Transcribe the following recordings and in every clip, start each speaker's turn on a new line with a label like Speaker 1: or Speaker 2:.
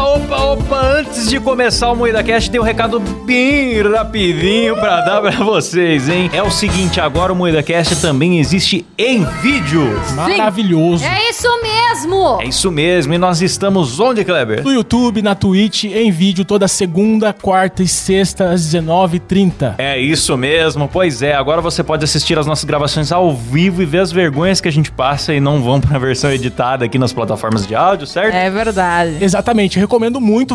Speaker 1: Opa, antes de começar o Moeda Cast, tem um recado bem rapidinho pra dar pra vocês, hein? É o seguinte, agora o Moeda Cast também existe em vídeo.
Speaker 2: Maravilhoso.
Speaker 3: É isso mesmo!
Speaker 1: É isso mesmo, e nós estamos onde, Kleber?
Speaker 2: No YouTube, na Twitch, em vídeo, toda segunda, quarta e sexta, às 19h30.
Speaker 1: É isso mesmo, pois é. Agora você pode assistir as nossas gravações ao vivo e ver as vergonhas que a gente passa e não vão pra versão editada aqui nas plataformas de áudio, certo?
Speaker 3: É verdade.
Speaker 2: Exatamente, recomendo muito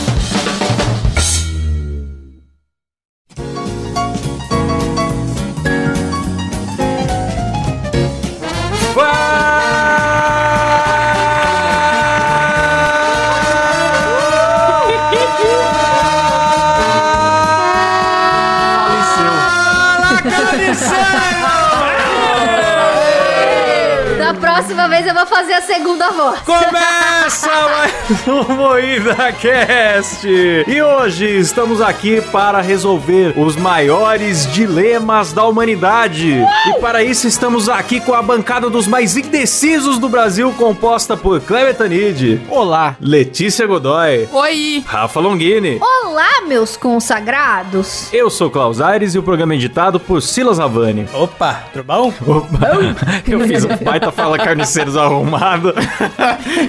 Speaker 1: É.
Speaker 3: Da próxima vez eu vou fazer a segunda voz.
Speaker 1: Começa mais um Moída Cast! E hoje estamos aqui para resolver os maiores dilemas da humanidade. E para isso estamos aqui com a bancada dos mais indecisos do Brasil, composta por Kleber Tanid,
Speaker 2: Olá!
Speaker 1: Letícia Godoy,
Speaker 4: Oi!
Speaker 1: Rafa Longini.
Speaker 3: Olá, meus consagrados!
Speaker 1: Eu sou Klaus Aires e o programa é editado por Silas Avani.
Speaker 5: Opa, tudo bom?
Speaker 1: Opa, eu fiz um baita fala carniceiros arrumado.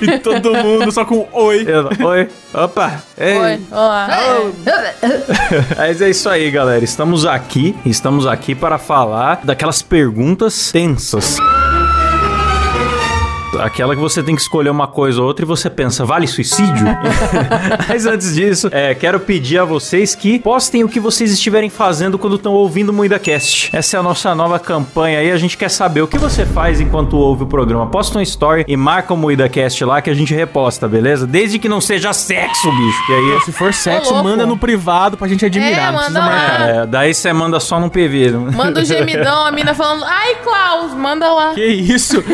Speaker 5: E todo mundo só com oi.
Speaker 1: Eu- Oi, opa, ei.
Speaker 4: Oi! Olá!
Speaker 1: Mas é isso aí, galera. Estamos aqui, estamos aqui para falar daquelas perguntas tensas. Aquela que você tem que escolher uma coisa ou outra e você pensa, vale suicídio? Mas antes disso, é, quero pedir a vocês que postem o que vocês estiverem fazendo quando estão ouvindo o MuidaCast. Essa é a nossa nova campanha aí, a gente quer saber o que você faz enquanto ouve o programa. Posta um story e marca o MuidaCast lá que a gente reposta, beleza? Desde que não seja sexo, bicho, que aí...
Speaker 2: Se for sexo,
Speaker 4: Ô, louco.
Speaker 2: manda no privado pra gente admirar. não
Speaker 4: É,
Speaker 2: precisa
Speaker 4: manda lá.
Speaker 2: marcar.
Speaker 1: É, daí você manda só num PV. né?
Speaker 4: Manda um gemidão, a mina falando, ai, Klaus, manda lá.
Speaker 2: Que isso?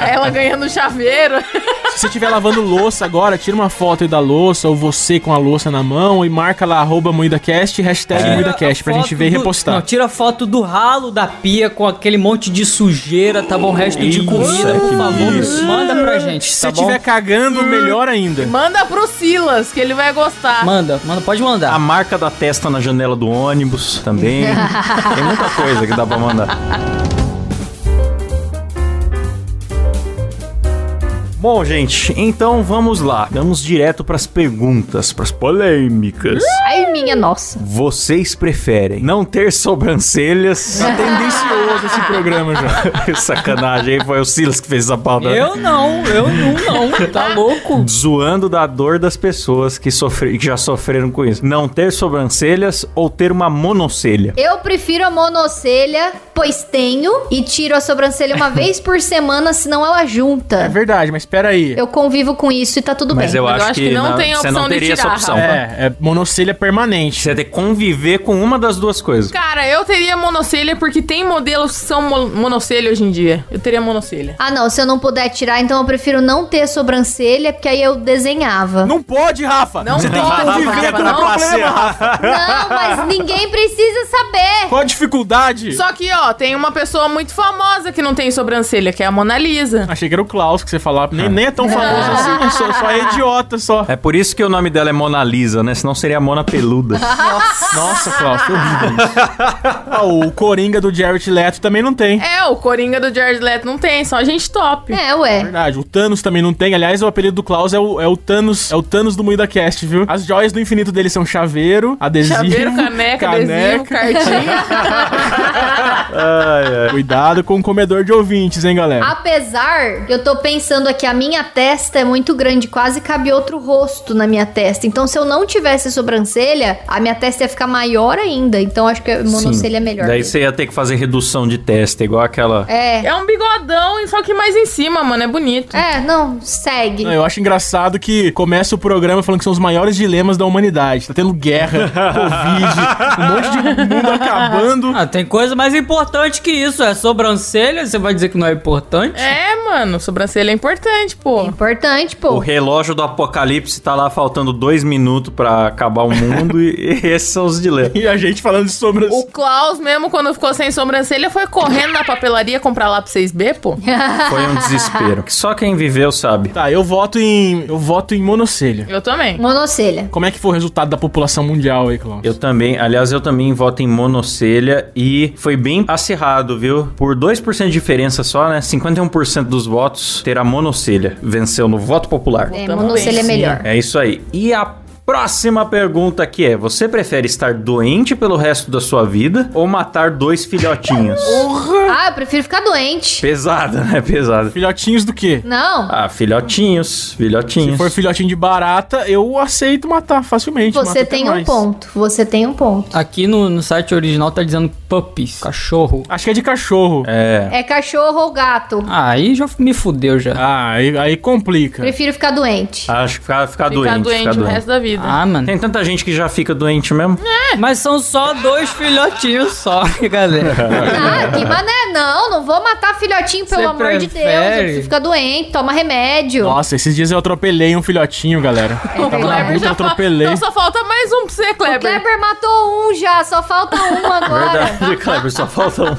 Speaker 4: Ela ganhando o chaveiro.
Speaker 2: Se você estiver lavando louça agora, tira uma foto aí da louça, ou você com a louça na mão, e marca lá, arroba MuidaCast, hashtag
Speaker 6: É.
Speaker 2: MuidaCast, pra gente ver e
Speaker 6: Foto do- Não,
Speaker 2: repostar.
Speaker 6: tira foto do ralo da pia com aquele monte de sujeira, tá bom? Resto
Speaker 1: Isso,
Speaker 6: de comida,
Speaker 1: que
Speaker 6: por favor,
Speaker 1: isso.
Speaker 6: manda pra gente,
Speaker 2: é Se
Speaker 6: tá
Speaker 2: você
Speaker 6: bom?
Speaker 2: estiver cagando, melhor ainda.
Speaker 4: Manda pro Silas, que ele vai gostar.
Speaker 6: Manda, manda, pode
Speaker 1: A
Speaker 6: mandar.
Speaker 1: marca da testa na janela do ônibus também. Tem muita coisa que dá pra mandar. Bom, gente, então vamos lá. Vamos direto pras perguntas, pras polêmicas.
Speaker 3: Ai, minha nossa.
Speaker 1: Vocês preferem não ter sobrancelhas?
Speaker 2: Tá tendencioso esse programa já.
Speaker 1: Sacanagem, hein? foi o Silas que fez essa pauta.
Speaker 2: né?
Speaker 6: Eu não, eu não, não, tá louco?
Speaker 1: Zoando da dor das pessoas que, sofre... que já sofreram com isso. Não ter sobrancelhas ou ter uma monocelha?
Speaker 3: Eu prefiro a monocelha, pois tenho, e tiro a sobrancelha uma vez por semana, senão ela
Speaker 2: É
Speaker 3: junta.
Speaker 2: verdade, mas peraí.
Speaker 3: Eu convivo com isso e tá tudo
Speaker 1: Mas
Speaker 3: bem.
Speaker 1: eu,
Speaker 4: Mas
Speaker 1: acho que, não,
Speaker 4: tem a
Speaker 1: você
Speaker 4: opção
Speaker 1: não
Speaker 4: de
Speaker 1: teria essa
Speaker 4: tirar,
Speaker 1: opção. tá?
Speaker 2: É, é monocelha permanente.
Speaker 1: Você tem que conviver com uma das duas coisas.
Speaker 4: Cara, eu teria monocelha porque tem modelos que são mo- monocelha hoje em dia. Eu teria monocelha.
Speaker 3: Ah, não, se eu não puder tirar, então eu prefiro não ter sobrancelha, porque aí eu desenhava.
Speaker 2: Não pode, Rafa!
Speaker 4: Não
Speaker 2: Você tá tem
Speaker 4: pode,
Speaker 2: que conviver
Speaker 4: Rafa,
Speaker 2: com
Speaker 4: não.
Speaker 2: o problema, Rafa.
Speaker 3: Não, mas ninguém precisa saber.
Speaker 2: Qual a dificuldade?
Speaker 4: Só que, ó, tem uma pessoa muito famosa que não tem sobrancelha, que é a Mona Lisa.
Speaker 2: Achei que era o Klaus que você falava. Nem, nem é tão famoso assim, só, só é idiota só.
Speaker 1: É por isso que o nome dela é Mona Lisa, né? Senão seria Mona Peluda.
Speaker 2: Nossa, Klaus, que horrível isso. Ah, o Coringa do Jared Leto também não tem.
Speaker 4: É, o Coringa do Jared Leto não tem, só gente top.
Speaker 3: É, ué.
Speaker 2: Verdade, o Thanos também não tem. Aliás, o apelido do Klaus é o, é o Thanos, é o Thanos do Moída Cast, viu? As joias do infinito dele são chaveiro, adesivo,
Speaker 4: Chaveiro, caneca, adesivo, cartinha.
Speaker 1: Ai, ai.
Speaker 2: Cuidado com o comedor de ouvintes, hein, galera?
Speaker 3: Apesar, eu tô pensando aqui, a minha testa é muito grande, quase cabe outro rosto na minha testa. Então, se eu não tivesse sobrancelha, a minha testa ia ficar maior ainda. Então, acho que a monocelha é melhor.
Speaker 1: Daí você ia ter que fazer redução de testa, igual aquela.
Speaker 3: É.
Speaker 4: É um bigodão, só que mais em cima, mano. É bonito.
Speaker 3: É, não, segue.
Speaker 2: Não, eu acho engraçado que começa o programa falando que são os maiores dilemas da humanidade. Tá tendo guerra, Covid, um monte de mundo acabando.
Speaker 6: Ah, tem coisa mais importante que isso. É sobrancelha, você vai dizer que não é importante?
Speaker 4: É, mano, sobrancelha é importante, pô.
Speaker 3: Importante,
Speaker 1: O
Speaker 3: pô.
Speaker 1: relógio do apocalipse tá lá faltando dois minutos pra acabar o mundo e, e esses são os dilemas.
Speaker 2: E a gente falando de
Speaker 4: O
Speaker 2: sobrancelha.
Speaker 4: Klaus mesmo, quando ficou sem sobrancelha, foi correndo na papelaria comprar lá pra 6B, pô.
Speaker 1: Foi um desespero. Que Só quem viveu sabe.
Speaker 2: Tá, eu voto em. Eu voto em monocelha.
Speaker 4: Eu também.
Speaker 3: Monocelha.
Speaker 2: Como é que foi o resultado da população mundial aí, Klaus?
Speaker 1: Eu também, aliás, eu também voto em monocelha e foi bem acirrado, viu? Por 2% de diferença só, né? 51% dos votos terá monocelha. Venceu no voto popular.
Speaker 3: É, monocelha é melhor.
Speaker 1: É isso aí. E a próxima pergunta aqui é: você prefere estar doente pelo resto da sua vida ou matar dois filhotinhos?
Speaker 3: Ah, eu prefiro ficar doente.
Speaker 1: Pesada, né? Pesada.
Speaker 2: Filhotinhos do quê?
Speaker 3: Não.
Speaker 1: Ah, filhotinhos,
Speaker 2: Se
Speaker 1: filhotinhos.
Speaker 2: for filhotinho de barata, eu aceito matar facilmente. mato
Speaker 3: Você
Speaker 2: até
Speaker 3: tem um
Speaker 2: mais.
Speaker 3: ponto. Você tem um ponto.
Speaker 6: Aqui no, no site original tá dizendo puppies, cachorro.
Speaker 2: Acho que é de cachorro.
Speaker 1: É.
Speaker 3: É cachorro ou gato?
Speaker 6: Ah, aí já me fudeu já.
Speaker 2: Ah, aí, aí complica.
Speaker 3: Prefiro ficar
Speaker 2: Ah,
Speaker 3: doente.
Speaker 1: Acho que ficar, ficar
Speaker 4: Ficar
Speaker 1: doente,
Speaker 4: doente,
Speaker 1: ficar
Speaker 4: o
Speaker 1: doente.
Speaker 4: resto da vida.
Speaker 6: Ah, mano.
Speaker 2: é.
Speaker 1: Tem tanta gente que já fica doente mesmo.
Speaker 6: Mas são só dois filhotinhos só, galera.
Speaker 3: Ah, que mané. Não, não vou matar filhotinho, pelo
Speaker 6: Você
Speaker 3: amor de Deus. Eu
Speaker 6: prefere?
Speaker 3: preciso ficar doente, toma remédio.
Speaker 2: Nossa, esses dias eu atropelei um filhotinho, galera.
Speaker 3: É,
Speaker 4: O
Speaker 2: Tava na
Speaker 4: Kleber
Speaker 2: rua, eu
Speaker 4: já fa...
Speaker 2: atropelei.
Speaker 4: Então só falta mais um pra você,
Speaker 3: O
Speaker 4: Kleber.
Speaker 3: Kleber matou um já, só falta um agora.
Speaker 1: Verdade, Kleber, só falta um.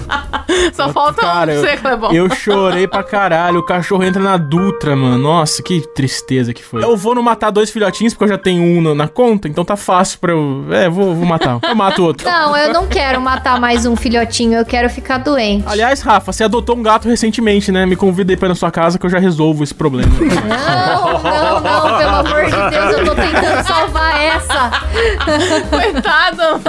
Speaker 4: Só falta
Speaker 2: Cara,
Speaker 4: um pra você, Clebão.
Speaker 2: eu, eu chorei pra caralho. O cachorro entra na Dutra, mano. Nossa, que tristeza que foi. Eu vou não matar dois filhotinhos porque eu já tenho um na, na conta, então tá fácil pra eu. É, vou, vou matar. um. Eu mato outro.
Speaker 3: Não, eu não quero matar mais um filhotinho, eu quero ficar doente.
Speaker 2: Aliás, Rafa, você adotou um gato recentemente, né? Me convida aí pra ir na sua casa que eu já resolvo esse problema.
Speaker 3: Não, não, não, pelo amor de Deus, eu tô tentando salvar essa.
Speaker 4: Coitado.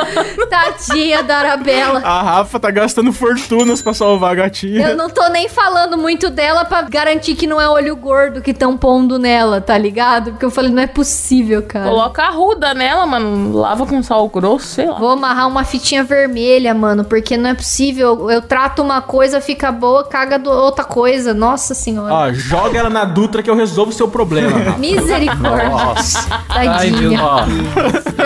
Speaker 3: Tadinha da Arabella.
Speaker 2: A Rafa tá gastando fortunas pra salvar a gatinha.
Speaker 3: Eu não tô nem falando muito dela pra garantir que não é olho gordo que tão pondo nela, tá ligado? Porque eu falei, não é possível, cara.
Speaker 4: Coloca a ruda nela, mano. Lava com sal grosso, sei lá.
Speaker 3: Vou amarrar uma fitinha vermelha, mano, porque não é possível. Eu trato uma coisa, fica boa, caga do outra coisa. Nossa senhora.
Speaker 2: Ó, joga ela na Dutra que eu resolvo o seu problema. Rafa.
Speaker 3: Misericórdia.
Speaker 1: Nossa.
Speaker 6: Ai, meu
Speaker 3: Tadinha.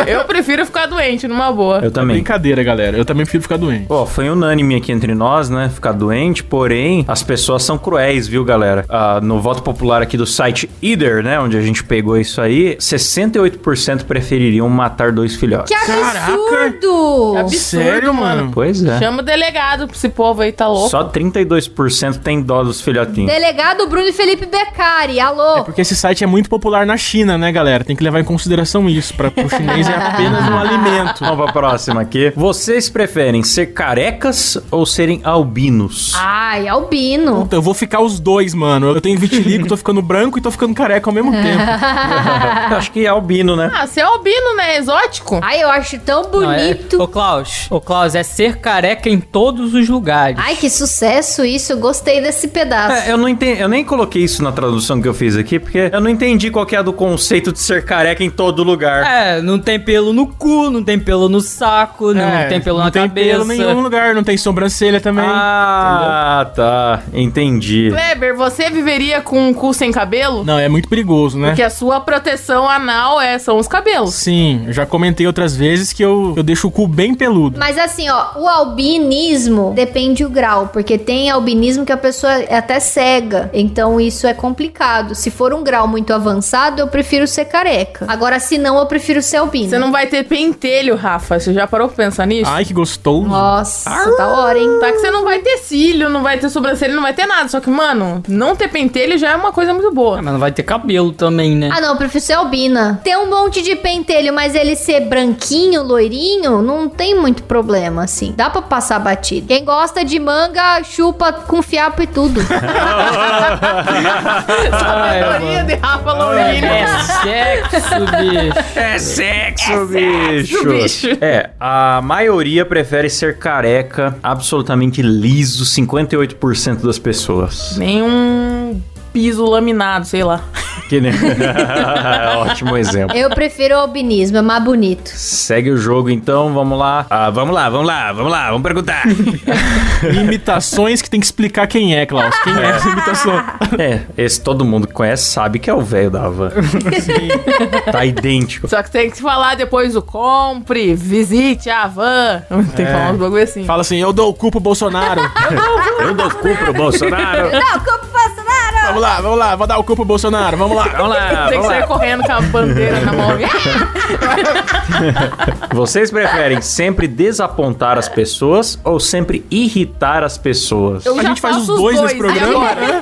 Speaker 4: Eu prefiro ficar doente, numa boa.
Speaker 1: Eu também.
Speaker 2: Brincadeira, galera. Eu também prefiro ficar doente.
Speaker 1: Pô, foi unânime aqui entre nós, né? Ficar doente, porém, as pessoas são cruéis, viu, galera? Ah, no voto popular aqui do site Either, né? Onde a gente pegou isso aí, 68% prefeririam matar dois filhotes.
Speaker 3: que absurdo!
Speaker 6: É
Speaker 4: Absurdo,
Speaker 2: Sério, mano?
Speaker 1: Pois é.
Speaker 4: Chama o delegado pra esse povo aí, tá louco.
Speaker 1: Só 32% tem dó dos filhotinhos.
Speaker 3: Delegado Bruno e Felipe Beccari, alô?
Speaker 2: Porque esse site é muito popular na China, né, galera? Tem que levar em consideração isso. Pra, pro chinês é apenas um alimento.
Speaker 1: Vamos pra próxima aqui. Vocês preferem ser carecas ou serem albinos?
Speaker 3: Ai, albino.
Speaker 2: Puta, eu vou ficar os dois, mano. Eu tenho vitiligo, tô ficando branco e tô ficando careca ao mesmo tempo.
Speaker 1: Eu Acho que é albino, né?
Speaker 4: Ah, você é albino, né? Exótico.
Speaker 3: Ai, eu acho tão
Speaker 6: Não, é-
Speaker 3: bonito.
Speaker 6: Ô, Klaus, ô, Klaus, é ser careca em todos os lugares.
Speaker 3: Ai, que sucesso isso. Eu gostei desse pedaço.
Speaker 1: É, eu não entendi, eu nem coloquei isso na tradução que eu fiz aqui, porque eu não entendi qual que é do conceito de ser careca em todo lugar.
Speaker 6: É, não tem pelo no cu, não tem pelo no saco, não
Speaker 2: É,
Speaker 6: tem pelo na
Speaker 2: Não tem
Speaker 6: cabeça.
Speaker 2: pelo em nenhum lugar, não tem sobrancelha também.
Speaker 1: ah, tá, entendi.
Speaker 4: Kleber, você viveria com um cu sem cabelo?
Speaker 2: Não, é muito perigoso, né?
Speaker 4: Porque a sua proteção anal é, são os cabelos.
Speaker 2: Sim, eu já comentei outras vezes que eu, eu deixo o cu bem peludo.
Speaker 3: Mas assim, ó, o albinismo depende o grau, porque tem albinismo que a pessoa é até cega. Então isso é complicado. Se for um grau muito avançado, eu prefiro ser careca. Agora, se não, eu prefiro ser albino.
Speaker 4: Você não vai ter pentelho, Rafa. Você já parou pra pensar nisso?
Speaker 2: Ai, que gostoso.
Speaker 3: Nossa, da hora, hein?
Speaker 4: Tá que você não vai ter cílio, não vai ter sobrancelha, não vai ter nada. Só que, mano, não ter pentelho já é uma coisa muito
Speaker 6: Ah,
Speaker 4: boa.
Speaker 6: mas não vai ter cabelo também, né?
Speaker 3: Ah, não, eu prefiro ser albina. Ter um monte de pentelho, mas ele ser branquinho, loirinho, não tem muito problema, assim. Dá pra passar batido. Quem gosta de manga, chupa com fiapo e tudo.
Speaker 4: Sabedoria de Rafa Lourinho.
Speaker 6: É sexo, bicho.
Speaker 1: É sexo, bicho.
Speaker 4: bicho.
Speaker 1: É, a maioria prefere ser careca absolutamente completamente liso 58% das pessoas.
Speaker 4: Nem um piso laminado, sei lá.
Speaker 1: Que nem... Ótimo exemplo.
Speaker 3: Eu prefiro o albinismo, é mais bonito.
Speaker 1: Segue o jogo então, vamos lá. Ah, vamos lá, vamos lá, vamos lá, vamos perguntar.
Speaker 2: Imitações que tem que explicar quem é, Klaus. Quem é essa imitação?
Speaker 1: é, esse todo mundo que conhece sabe que é o velho da Havan. Tá idêntico.
Speaker 4: Só que tem que falar depois o compre, visite a van. Tem que falar uns bagulho assim.
Speaker 2: Fala assim, eu dou o cu pro Bolsonaro.
Speaker 1: Eu dou cu pro Bolsonaro.
Speaker 3: Não, como Bolsonaro!
Speaker 2: vamos lá, vamos lá, vou dar o cu pro Bolsonaro, vamos lá.
Speaker 1: Vamos lá,
Speaker 4: tem
Speaker 1: vamos
Speaker 4: que sair
Speaker 1: lá.
Speaker 4: correndo com a bandeira na mão.
Speaker 1: Vocês preferem sempre desapontar as pessoas ou sempre irritar as pessoas?
Speaker 4: Eu
Speaker 2: A
Speaker 4: já
Speaker 2: gente faz os
Speaker 4: faço
Speaker 2: dois nesse
Speaker 4: e
Speaker 2: programa?
Speaker 4: agora?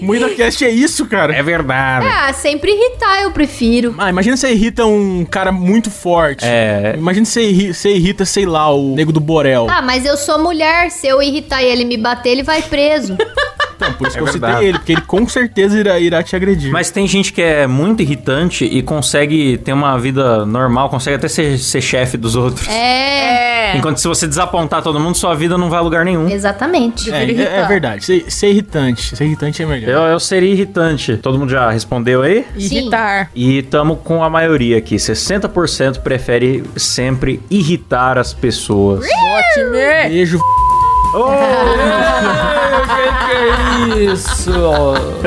Speaker 2: MuidaCast é isso, cara.
Speaker 1: É verdade.
Speaker 3: Ah, sempre irritar eu prefiro.
Speaker 2: Ah, imagina você irrita um cara muito forte.
Speaker 1: É.
Speaker 2: Imagina você, irri- você irrita, sei lá, o nego do Borel.
Speaker 3: Ah, mas eu sou mulher, se eu irritar e ele me bater, ele vai preso.
Speaker 4: Ah.
Speaker 2: Então, por isso
Speaker 1: é
Speaker 2: que eu
Speaker 1: verdade.
Speaker 2: citei ele, porque ele com certeza irá, irá te agredir.
Speaker 1: Mas tem gente que é muito irritante e consegue ter uma vida normal, consegue até ser, ser chefe dos outros.
Speaker 3: É,
Speaker 4: É.
Speaker 1: Enquanto se você desapontar todo mundo, sua vida não vai a lugar nenhum.
Speaker 3: exatamente.
Speaker 2: é,
Speaker 4: ele
Speaker 2: é- é
Speaker 4: irritar.
Speaker 2: verdade. Ser, ser irritante. Ser irritante é melhor.
Speaker 1: Eu, eu seria irritante. Todo mundo já respondeu aí?
Speaker 4: Irritar.
Speaker 1: E tamo com a maioria aqui. 60% prefere sempre irritar as pessoas. Oh!
Speaker 4: Ótimo.
Speaker 2: Beijo.
Speaker 6: Isso.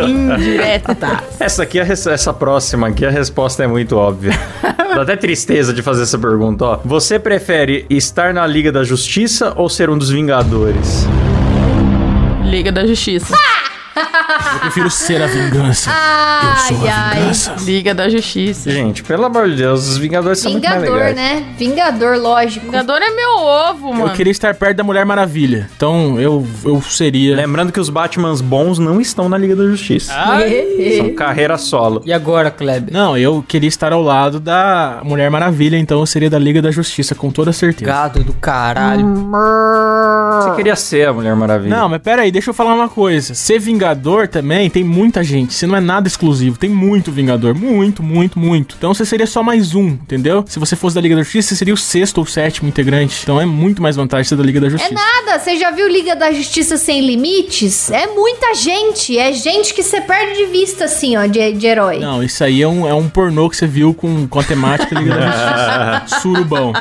Speaker 4: Indireta.
Speaker 1: Essa aqui, é a res- essa próxima aqui, a resposta é muito óbvia. Dá até tristeza de fazer essa pergunta, ó. Você prefere estar na Liga da Justiça ou ser um dos Vingadores?
Speaker 4: Liga da Justiça.
Speaker 2: Eu prefiro ser a vingança. eu sou
Speaker 3: Ai,
Speaker 2: a
Speaker 3: ai.
Speaker 2: vingança.
Speaker 4: Liga da Justiça.
Speaker 1: Gente, pelo amor de Deus, os Vingadores são muito mais
Speaker 3: Vingador,
Speaker 1: legais.
Speaker 3: né? Vingador, lógico.
Speaker 4: Vingador é meu ovo, mano.
Speaker 2: Eu queria estar perto da Mulher Maravilha. Então eu, eu seria.
Speaker 1: Lembrando que os Batmans bons não estão na Liga da Justiça. São carreira solo.
Speaker 6: E agora, Kleber?
Speaker 2: Não, eu queria estar ao lado da Mulher Maravilha, então eu seria da Liga da Justiça, com toda certeza.
Speaker 6: Gado do caralho.
Speaker 1: Você queria ser a Mulher Maravilha.
Speaker 2: Não, mas pera aí, deixa eu falar uma coisa. Ser Vingador também tem muita gente. Você não é nada exclusivo. Tem muito Vingador. Muito, muito, muito. Então você seria só mais um, entendeu? Se você fosse da Liga da Justiça, você seria o sexto ou sétimo integrante. Então é muito mais vantagem ser da Liga da Justiça.
Speaker 3: É Nada, você já viu Liga da Justiça Sem Limites? É muita gente, é gente que você perde de vista, assim, ó, de, de herói. Não.
Speaker 2: Não, isso aí é um, é um pornô que você viu com, com a temática da Liga da Justiça. Surubão.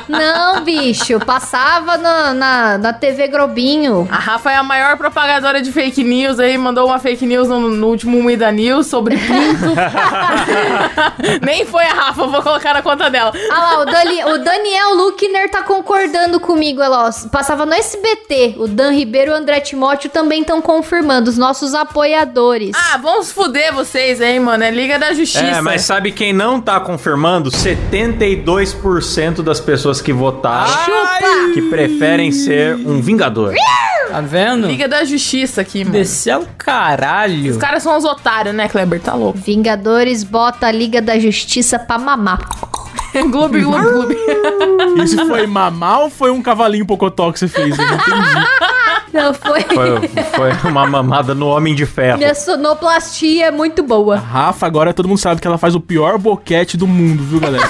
Speaker 3: bicho, passava na, na, na TV Grobinho.
Speaker 4: A Rafa é a maior propagadora de fake news aí, mandou uma fake news no, no último Muida News sobre pinto. Nem foi a Rafa, vou colocar na conta dela.
Speaker 3: Ah lá, o, Dani- o Daniel Luckner tá concordando comigo, ela, ó, passava no SBT. O Dan Ribeiro e o André Timóteo também estão confirmando, os nossos apoiadores.
Speaker 4: Ah, vamos fuder vocês, hein, mano. É Liga da Justiça.
Speaker 1: É, mas sabe quem não tá confirmando? 72% das pessoas que votaram
Speaker 3: Chupa!
Speaker 1: que preferem ser um Vingador.
Speaker 6: Tá vendo?
Speaker 4: Liga da Justiça aqui, mano.
Speaker 6: Descer o caralho.
Speaker 4: Os caras são os otários, né, Kleber? Tá louco.
Speaker 3: Vingadores bota a Liga da Justiça pra mamar.
Speaker 4: Gloob, gloob, gloob.
Speaker 2: Isso foi mamar ou foi um cavalinho pocotó que você fez? Eu não entendi.
Speaker 3: Não foi.
Speaker 1: Foi, foi uma mamada no Homem de Ferro.
Speaker 3: Minha sonoplastia é muito boa.
Speaker 2: Rafa, agora todo mundo sabe que ela faz o pior boquete do mundo, viu, galera?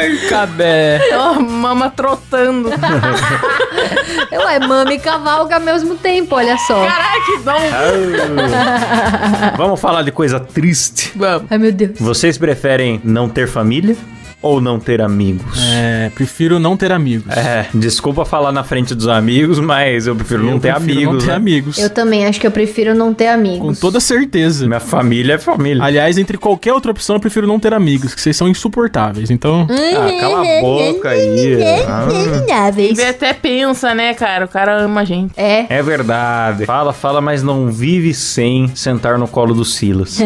Speaker 6: Ei, cabé.
Speaker 4: Ela mama trotando.
Speaker 3: Ué, mama é e cavalga ao mesmo tempo, olha só.
Speaker 4: Caralho, que dom.
Speaker 1: Ah. Vamos falar de coisa triste.
Speaker 4: Vamos.
Speaker 3: Ai, meu Deus.
Speaker 1: Vocês preferem não ter família ou não ter amigos?
Speaker 2: É, prefiro não ter amigos.
Speaker 1: É, desculpa falar na frente dos amigos, mas eu prefiro não
Speaker 2: Eu
Speaker 1: ter
Speaker 2: prefiro
Speaker 1: amigos.
Speaker 2: Não ter
Speaker 1: né?
Speaker 2: amigos.
Speaker 3: Eu também acho que eu prefiro não ter
Speaker 2: Com
Speaker 3: amigos.
Speaker 2: toda certeza.
Speaker 1: Minha família é família.
Speaker 2: Aliás, entre qualquer outra opção, eu prefiro não ter amigos, que vocês são insuportáveis. Então,
Speaker 3: Hum?
Speaker 1: Ah, cala a boca aí. Ah,
Speaker 3: Ináveis.
Speaker 4: Ele até pensa, né, cara? O cara ama a gente.
Speaker 3: É.
Speaker 1: é verdade. Fala, fala, mas não vive sem sentar no colo do Silas.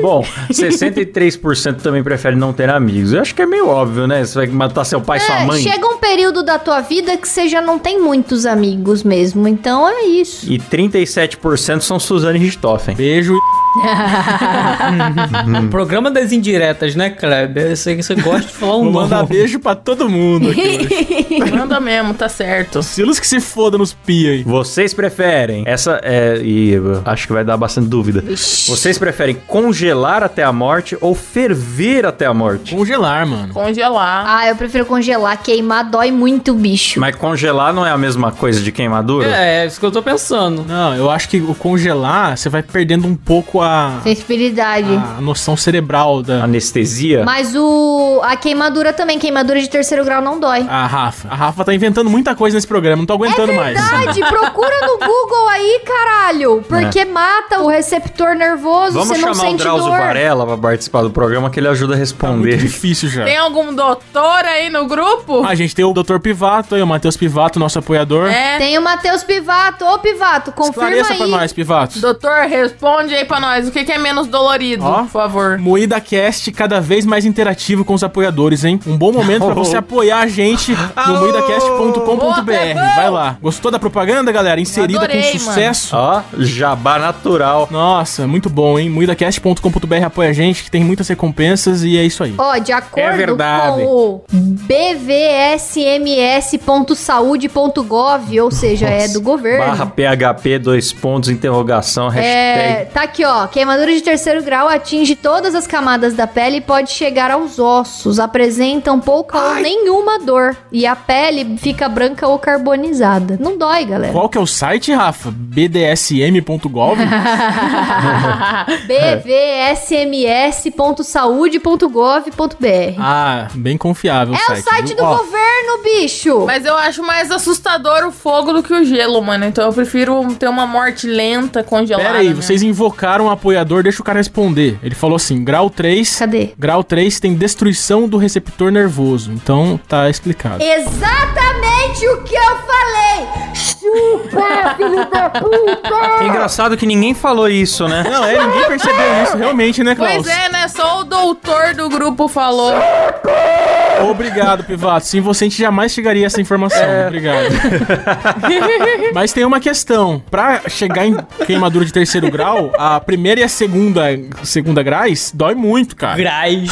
Speaker 1: Bom, 63% também prefere não ter amigos. Eu acho que é meio óbvio, né? Você vai matar seu pai e sua
Speaker 3: É,
Speaker 1: mãe.
Speaker 3: chega um período da tua vida que você já não tem muitos amigos mesmo. Então é isso.
Speaker 1: E 37% são Suzane Richthofen.
Speaker 2: beijo e
Speaker 6: é
Speaker 2: Hum.
Speaker 6: Programa das indiretas, né, Kleber? Eu sei que você gosta de falar um
Speaker 2: Vou
Speaker 6: nome.
Speaker 2: mandar beijo pra todo mundo aqui. hoje.
Speaker 4: Manda mesmo, tá certo.
Speaker 2: Silas que se foda nos pia aí.
Speaker 1: Vocês preferem. Essa é. E eu acho que vai dar bastante dúvida. Vocês preferem congelar até a morte ou ferver até a morte?
Speaker 2: Congelar, mano.
Speaker 4: Congelar.
Speaker 3: Ah, eu prefiro congelar. Queimar dói muito o bicho.
Speaker 1: Mas congelar não é a mesma coisa de queimadura?
Speaker 6: É, é isso que eu tô pensando.
Speaker 2: Não, eu acho que o congelar, você vai perdendo um pouco a,
Speaker 3: Sensibilidade.
Speaker 1: Ah.
Speaker 2: a noção cerebral da.
Speaker 1: Anestesia?
Speaker 3: Mas o a queimadura também, queimadura de terceiro grau não
Speaker 1: Ah,
Speaker 3: dói. É
Speaker 2: A Rafa. A Rafa tá inventando muita coisa nesse programa, não tô aguentando
Speaker 4: É
Speaker 2: mais.
Speaker 3: Verdade, procura no Google aí, caralho. Porque mata o receptor nervoso,
Speaker 1: É. Vamos
Speaker 3: você não
Speaker 1: chamar o
Speaker 3: sente
Speaker 1: Drauzio
Speaker 3: dor.
Speaker 1: Varela pra participar do programa que ele ajuda a
Speaker 2: Tá Muito
Speaker 1: responder.
Speaker 2: difícil já.
Speaker 4: Tem algum doutor aí no grupo?
Speaker 2: A gente tem o Dr. Pivato aí, o Matheus Pivato, nosso apoiador.
Speaker 4: É.
Speaker 3: Tem o Matheus Pivato. Ô, Pivato, confirma
Speaker 2: Esclareça
Speaker 3: aí.
Speaker 2: pra nós, Pivato.
Speaker 4: Doutor, responde aí pra nós. O que, que é menos dolorido,
Speaker 2: Ó.
Speaker 4: por favor?
Speaker 2: Moída Cast cada vez mais interativo com os apoiadores, hein? Um bom momento pra você apoiar a gente no
Speaker 4: Boa,
Speaker 2: moidacast.com.br.
Speaker 4: Pepão!
Speaker 2: Vai lá. Gostou da propaganda, galera? Inserida
Speaker 4: Adorei,
Speaker 2: com sucesso.
Speaker 1: Ó, jabá natural.
Speaker 2: Nossa, muito bom, hein? Moidacast.com.br apoia a gente, que tem muitas recompensas e é isso aí.
Speaker 3: Ó, de acordo
Speaker 1: verdade.
Speaker 3: com o bvsms.saude.gov, ou seja, é do governo.
Speaker 1: Barra PHP, dois pontos, interrogação, hashtag.
Speaker 3: É, tá aqui, ó. Queimadura de terceiro grau atinge todas as camadas da pele e pode chegar aos ossos. Apresentam pouca ou nenhuma dor. E a pele fica branca ou carbonizada. Não dói, galera.
Speaker 2: Qual que é o site, Rafa? bdsm.gov?
Speaker 3: bvsms.saude.gov.br
Speaker 2: ah, bem confiável o
Speaker 3: É o
Speaker 2: site.
Speaker 3: site
Speaker 2: viu?
Speaker 3: do
Speaker 2: Ó,
Speaker 3: governo, bicho!
Speaker 4: Mas eu acho mais assustador o fogo do que o gelo, mano. Então eu prefiro ter uma morte lenta, congelada.
Speaker 2: Pera aí,
Speaker 4: mesmo.
Speaker 2: vocês invocaram um apoiador, deixa o cara responder. Ele falou assim, grau 3...
Speaker 3: Cadê?
Speaker 2: Grau 3 tem destruição do receptor nervoso, então tá explicado.
Speaker 3: Exatamente o que eu falei! Chupa, filho da puta!
Speaker 1: Engraçado que ninguém falou isso, né?
Speaker 2: Não, é, ninguém percebeu isso, realmente, né, Klaus?
Speaker 4: Pois é, né? Só o doutor do grupo falou.
Speaker 2: Obrigado, Pivato. Sem você, a gente jamais chegaria a essa informação. Obrigado. Mas tem uma questão. Pra chegar em queimadura de terceiro grau, a primeira e a segunda, segunda grais dói muito, cara.
Speaker 6: Grais.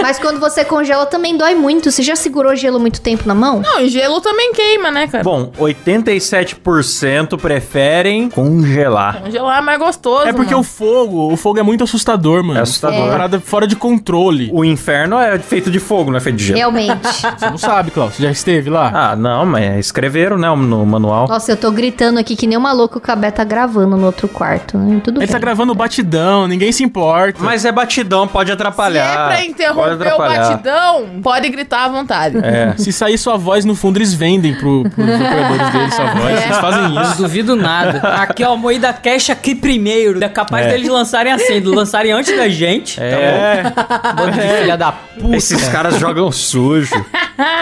Speaker 3: Mas quando você congela também dói muito. Você já segurou gelo muito tempo na mão?
Speaker 4: Não, e gelo também queima, né,
Speaker 2: É.
Speaker 4: cara?
Speaker 1: Bom, 87% preferem congelar.
Speaker 4: Congelar é mais gostoso.
Speaker 2: É porque
Speaker 4: mano.
Speaker 2: o fogo, o fogo é muito assustador, mano.
Speaker 1: É assustador.
Speaker 2: Uma parada fora de controle.
Speaker 1: O inferno é feito de fogo, não é feito de gelo.
Speaker 3: Realmente.
Speaker 2: Você não sabe, Klaus. Você já esteve lá?
Speaker 1: Ah, não, mas escreveram, né, no manual.
Speaker 3: Nossa, eu tô gritando aqui que nem uma louca o Cabé tá gravando no outro quarto, né? Tudo
Speaker 2: Ele
Speaker 3: bem.
Speaker 2: tá gravando batidão, ninguém se importa.
Speaker 1: Mas é batidão, pode
Speaker 4: Se é
Speaker 1: atrapalhar.
Speaker 4: pra
Speaker 1: pode
Speaker 4: interromper o
Speaker 1: atrapalhar.
Speaker 4: batidão, pode gritar à vontade.
Speaker 1: É.
Speaker 2: Se sair sua voz, no fundo eles vendem pro, pros operadores deles sua voz. Eles fazem
Speaker 6: Não
Speaker 2: isso.
Speaker 6: É. duvido nada. Aqui, ó, Moída Cash aqui primeiro. É capaz deles lançarem assim, lançarem antes da gente. Tá?
Speaker 1: É,
Speaker 6: Bando de filha da puta.
Speaker 1: esses caras jogam sujo.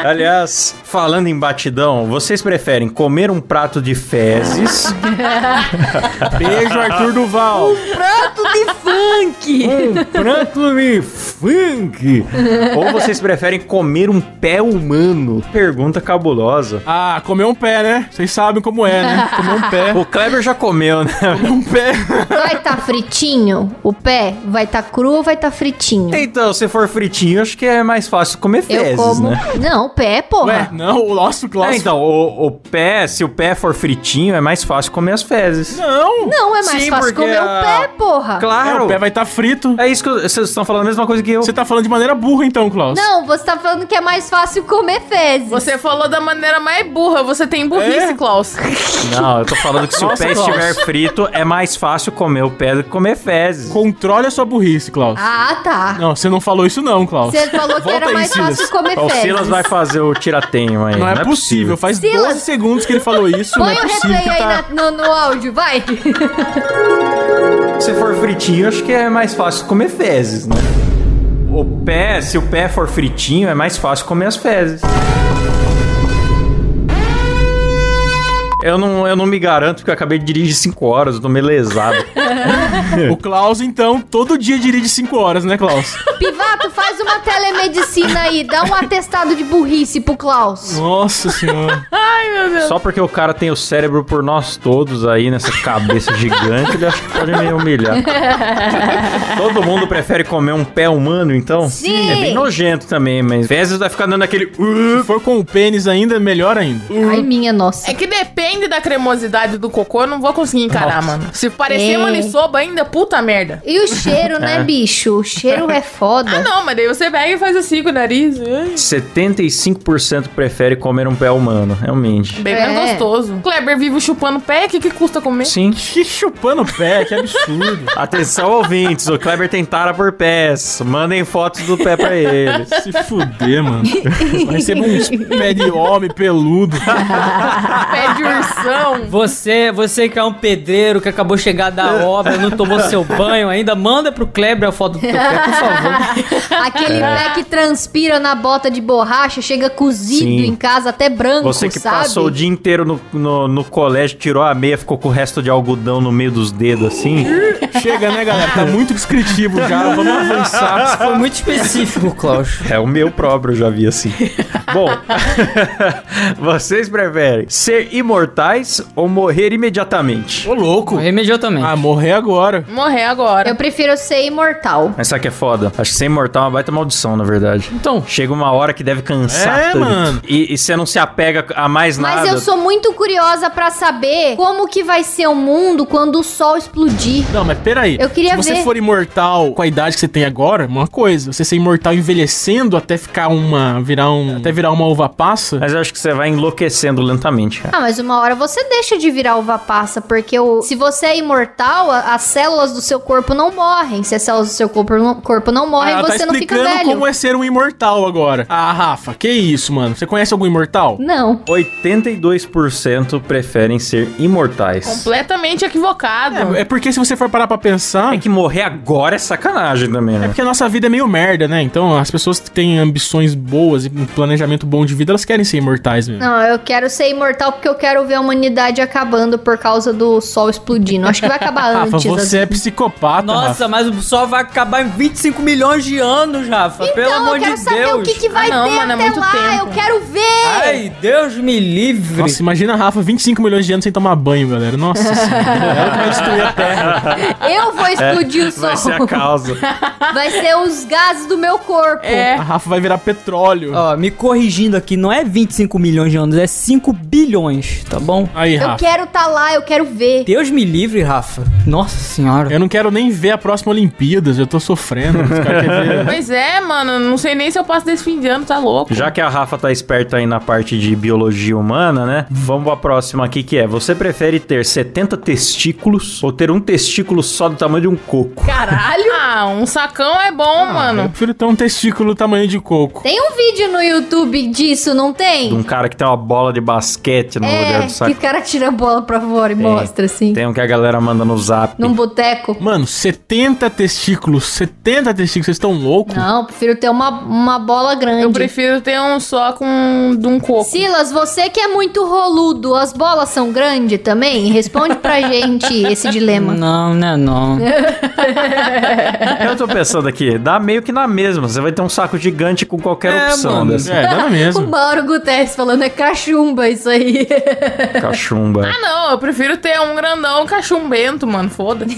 Speaker 1: Aliás, falando em batidão, vocês preferem comer um prato de fezes,
Speaker 2: Beijo, Arthur Duval.
Speaker 1: um prato de funk, ou vocês preferem comer um pé humano? Pergunta cabulosa.
Speaker 2: Ah, comeu um pé, né? Vocês sabem como é, né? Comeu um pé.
Speaker 1: O Kleber já comeu, né?
Speaker 2: Um pé.
Speaker 3: Vai tá fritinho? O pé vai tá cru ou vai tá fritinho?
Speaker 1: Então, se for fritinho, acho que é mais fácil comer
Speaker 3: eu
Speaker 1: fezes,
Speaker 3: como.
Speaker 1: né?
Speaker 3: Não, o pé,
Speaker 2: Ué,
Speaker 3: porra.
Speaker 2: não, o nosso Klaus.
Speaker 1: É, então, o, o pé, se o pé for fritinho, é mais fácil comer as fezes.
Speaker 2: Não!
Speaker 3: Não, é mais
Speaker 1: Sim,
Speaker 3: fácil
Speaker 1: porque
Speaker 3: comer
Speaker 1: a-
Speaker 3: o pé, porra.
Speaker 2: É,
Speaker 1: Claro!
Speaker 2: o pé vai estar frito.
Speaker 1: É isso que eu- vocês estão falando a mesma coisa que eu.
Speaker 2: Você tá falando de maneira burra, então, Klaus.
Speaker 3: Não, você tá falando que é mais fácil comer fezes.
Speaker 4: Você falou da maneira mais burra. Você tem burrice,
Speaker 2: É?
Speaker 4: Klaus.
Speaker 1: Não, eu tô falando que se o
Speaker 2: Nossa,
Speaker 1: pé
Speaker 2: Klaus.
Speaker 1: estiver frito, é mais fácil comer o pé do que comer fezes.
Speaker 2: Controle a sua burrice, Klaus.
Speaker 3: Ah, tá.
Speaker 2: Não, você não falou isso não, Klaus.
Speaker 3: Você falou que
Speaker 2: Volta
Speaker 3: era
Speaker 2: aí,
Speaker 3: mais
Speaker 2: Silas.
Speaker 3: fácil comer
Speaker 1: Ó, O
Speaker 3: fezes.
Speaker 1: Silas vai fazer o tiratenho aí.
Speaker 2: Não, é, possível. Faz
Speaker 3: Silas.
Speaker 2: 12 segundos que ele falou isso. não
Speaker 3: Põe
Speaker 2: é
Speaker 3: o
Speaker 2: possível
Speaker 3: replay
Speaker 2: que
Speaker 3: aí né?
Speaker 2: tá...
Speaker 3: na- no, no áudio, vai.
Speaker 1: Se for fritinho, acho que é mais fácil comer fezes, né? O pé, se o pé for fritinho, é mais fácil comer as fezes. Eu não, eu não me garanto, porque eu acabei de dirigir 5 horas, eu tô meio lesado.
Speaker 2: O Klaus, então, todo dia dirige 5 horas, né, Klaus?
Speaker 3: Pivato, faz uma telemedicina aí. Dá um atestado de burrice pro Klaus.
Speaker 2: Nossa senhora.
Speaker 1: Só porque o cara tem o cérebro por nós todos aí, nessa cabeça gigante, ele acha que pode me humilhar. Todo mundo prefere comer um pé humano, então?
Speaker 3: Sim.
Speaker 1: É bem nojento também, mas fezes vai ficar dando aquele... "Uh".
Speaker 2: Se for com o pênis ainda, melhor ainda.
Speaker 3: Ai, minha nossa.
Speaker 4: É que depende da cremosidade do cocô, eu não vou conseguir encarar, mano. Se parecer
Speaker 3: É.
Speaker 4: maniçoba ainda, puta merda.
Speaker 3: E o cheiro,
Speaker 1: É.
Speaker 3: né, bicho? O cheiro é foda.
Speaker 4: Ah, Não, mas daí você pega e faz assim com o nariz. ai.
Speaker 1: 75% prefere comer um pé humano, realmente.
Speaker 4: Bem
Speaker 3: É.
Speaker 4: mais gostoso. Kleber vive chupando pé, o que, que custa comer?
Speaker 1: Sim.
Speaker 2: Que chupando pé, que absurdo.
Speaker 1: Atenção, ouvintes, o Kleber tem tara por pés. Mandem fotos do pé pra ele.
Speaker 2: Se fuder, mano. Vai receber uns pé de homem peludo.
Speaker 4: Pé de ursão.
Speaker 6: Você, você que é um pedreiro que acabou de chegar da obra, não tomou seu banho ainda, manda pro Kleber a foto do teu pé, por favor.
Speaker 1: É.
Speaker 3: Aquele pé que transpira na bota de borracha, chega cozido
Speaker 1: Sim.
Speaker 3: em casa, até branco,
Speaker 1: Você que
Speaker 3: sabe?
Speaker 1: passou o dia inteiro no, no, no colégio, tirou a meia, ficou com o resto de algodão no meio dos dedos, assim.
Speaker 3: Hum?
Speaker 2: Chega, né, galera? Tá muito descritivo já. Vamos avançar.
Speaker 6: Isso foi muito específico, Klaus.
Speaker 1: É o meu próprio, eu já vi assim. Bom, vocês preferem ser imortais ou morrer imediatamente?
Speaker 2: Ô, louco.
Speaker 6: Imediatamente.
Speaker 2: Ah, morrer agora.
Speaker 4: Morrer agora.
Speaker 1: né?
Speaker 3: Eu prefiro ser imortal.
Speaker 1: Essa aqui é foda. Acho que ser imortal é uma baita maldição, na verdade.
Speaker 6: Então,
Speaker 1: Chega uma hora que deve cansar
Speaker 2: É,
Speaker 1: tudo.
Speaker 2: mano.
Speaker 1: E, e você não se apega a mais É nada.
Speaker 3: Mas eu sou muito curiosa pra saber como que vai ser o mundo quando o sol explodir.
Speaker 2: Não, mas peraí.
Speaker 3: Eu queria
Speaker 2: Se você
Speaker 3: ver.
Speaker 2: for imortal com a idade que você tem agora, uma coisa. Você ser imortal envelhecendo até ficar uma. virar um. até virar uma uva passa.
Speaker 1: Mas eu acho que você vai enlouquecendo lentamente, cara.
Speaker 3: Ah, mas uma hora você deixa de virar uva passa, porque o, se você é imortal, a- as células do seu corpo não morrem. Se as células do seu corpo não, corpo não morrem,
Speaker 2: Ela tá
Speaker 3: você não fica
Speaker 2: explicando
Speaker 3: velho.
Speaker 2: como é ser um imortal agora. Ah, Rafa, que isso, mano? Você conhece algum imortal?
Speaker 3: Não.
Speaker 1: 82% preferem ser imortais.
Speaker 4: Completamente equivocado.
Speaker 2: É, é porque se você for parar pra pensar.
Speaker 1: É que morrer agora é sacanagem também,
Speaker 2: É
Speaker 1: né?
Speaker 2: porque a nossa vida é meio merda, né? Então, as pessoas que têm ambições boas e um planejamento bom de vida, elas querem ser imortais mesmo.
Speaker 3: Não, eu quero ser imortal porque eu quero ver a humanidade acabando por causa do sol explodindo. Acho que vai acabar
Speaker 2: Rafa,
Speaker 3: antes.
Speaker 2: você é
Speaker 3: assim.
Speaker 2: psicopata, Rafa.
Speaker 6: nossa, mas o sol vai acabar em 25 milhões de anos, Rafa. pelo
Speaker 3: Então,
Speaker 6: amor
Speaker 3: eu quero
Speaker 6: de
Speaker 3: saber
Speaker 6: Deus.
Speaker 3: o que, que vai
Speaker 4: Ah, não,
Speaker 3: ter
Speaker 4: mano, é
Speaker 3: até
Speaker 4: muito
Speaker 3: lá.
Speaker 4: tempo.
Speaker 3: Eu quero ver.
Speaker 6: Ai, Deus me livre.
Speaker 2: Nossa, imagina a Rafa 25 milhões de anos sem tomar banho, galera. Nossa senhora. Ela que vai destruir a Terra.
Speaker 3: Eu vou explodir o sol.
Speaker 1: Vai ser a causa.
Speaker 3: Vai ser os gases do meu corpo.
Speaker 4: É.
Speaker 2: A Rafa vai virar petróleo.
Speaker 6: Ó, me corrigindo aqui, não é 25 milhões de anos, é 5 bilhões, tá bom?
Speaker 2: Aí,
Speaker 3: Eu
Speaker 2: Rafa.
Speaker 3: quero tá lá, eu quero ver.
Speaker 6: Deus me livre, Rafa. Nossa senhora.
Speaker 2: Eu não quero nem ver a próxima Olimpíadas, eu tô sofrendo. Os caras querem ver.
Speaker 4: Pois é, mano. Não sei nem se eu passo desse fim de ano, tá louco.
Speaker 1: Já que a Rafa tá esperta aí na parte de biologia humana, né? Vamos pra próxima aqui que é: você prefere ter 70 testículos ou ter um testículo só do tamanho de um coco?
Speaker 4: Caralho! Ah, um sacão é bom,
Speaker 2: Eu
Speaker 4: mano.
Speaker 2: prefiro ter um testículo tamanho de coco.
Speaker 3: Tem um vídeo no YouTube disso, não
Speaker 1: De um
Speaker 3: tem?
Speaker 1: cara que tem uma bola de basquete no lugar
Speaker 3: É,
Speaker 1: do saco.
Speaker 3: que o cara tira a bola pra fora e mostra, assim.
Speaker 1: Tem um que a galera manda no zap.
Speaker 3: Num boteco.
Speaker 2: Mano, 70 testículos. 70 testículos, vocês estão loucos?
Speaker 3: Não, prefiro ter uma, uma bola grande.
Speaker 4: Eu prefiro ter um só com de um coco.
Speaker 3: Silas, você que é muito roludo, as bolas são grandes também? Responde pra gente esse
Speaker 4: É,
Speaker 3: dilema.
Speaker 6: Não, né, não.
Speaker 1: Eu tô pensando aqui, dá meio que na mesma. Você vai ter um saco gigante com qualquer
Speaker 6: É,
Speaker 1: opção
Speaker 6: mano.
Speaker 1: dessa.
Speaker 2: É, dá
Speaker 3: O
Speaker 2: mesmo.
Speaker 3: Mauro Guterres falando, é cachumba isso aí.
Speaker 6: É.
Speaker 1: Cachumba.
Speaker 4: Ah, não. Eu prefiro ter um grandão cachumbento, mano. Foda-se.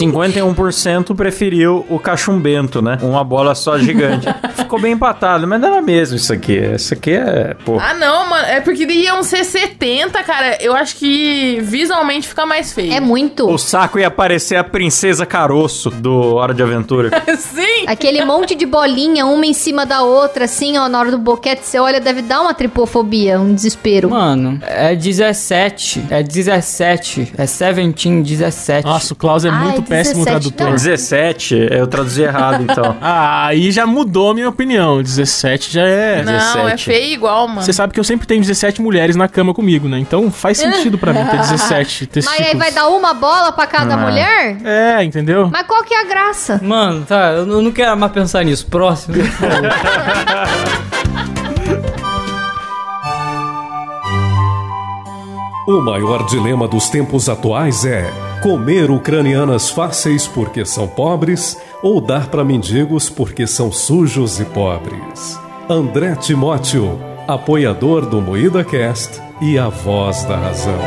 Speaker 1: 51% preferiu o cachumbento, né? Uma bola só gigante. Ficou bem empatado, mas não era mesmo isso aqui. Isso aqui é, pô.
Speaker 4: ah, não, mano. É porque iam ser 70, cara. Eu acho que visualmente fica mais feio.
Speaker 3: É muito.
Speaker 1: O saco ia aparecer a princesa caroço do Hora de Aventura.
Speaker 4: Sim.
Speaker 3: Aquele monte de bolinha, uma em cima da outra, assim, ó, na hora do boquete, você olha, deve dar uma tripofobia, um desespero.
Speaker 6: Mano, é 17. É 17. É 17, 17.
Speaker 2: Nossa, o Klaus é
Speaker 3: Ai, é.
Speaker 2: muito péssimo
Speaker 3: 17,
Speaker 2: tradutor.
Speaker 3: não.
Speaker 1: 17, eu traduzi errado então.
Speaker 2: Ah, aí já mudou a minha opinião. 17 já é.
Speaker 4: Não, é
Speaker 1: 17.
Speaker 4: feio igual, mano.
Speaker 2: Você sabe que eu sempre tenho 17 mulheres na cama comigo, né? Então faz sentido pra mim ter 17 testículos.
Speaker 3: Mas aí vai dar uma bola pra cada
Speaker 1: Ah.
Speaker 3: mulher?
Speaker 2: É, entendeu?
Speaker 3: Mas qual que é a graça?
Speaker 6: Mano, tá, eu não eu não quero mais pensar nisso. Próximo.
Speaker 7: O maior dilema dos tempos atuais é comer ucranianas fáceis porque são pobres ou dar para mendigos porque são sujos e pobres. André Timóteo, apoiador do Moída Cast e a voz da razão.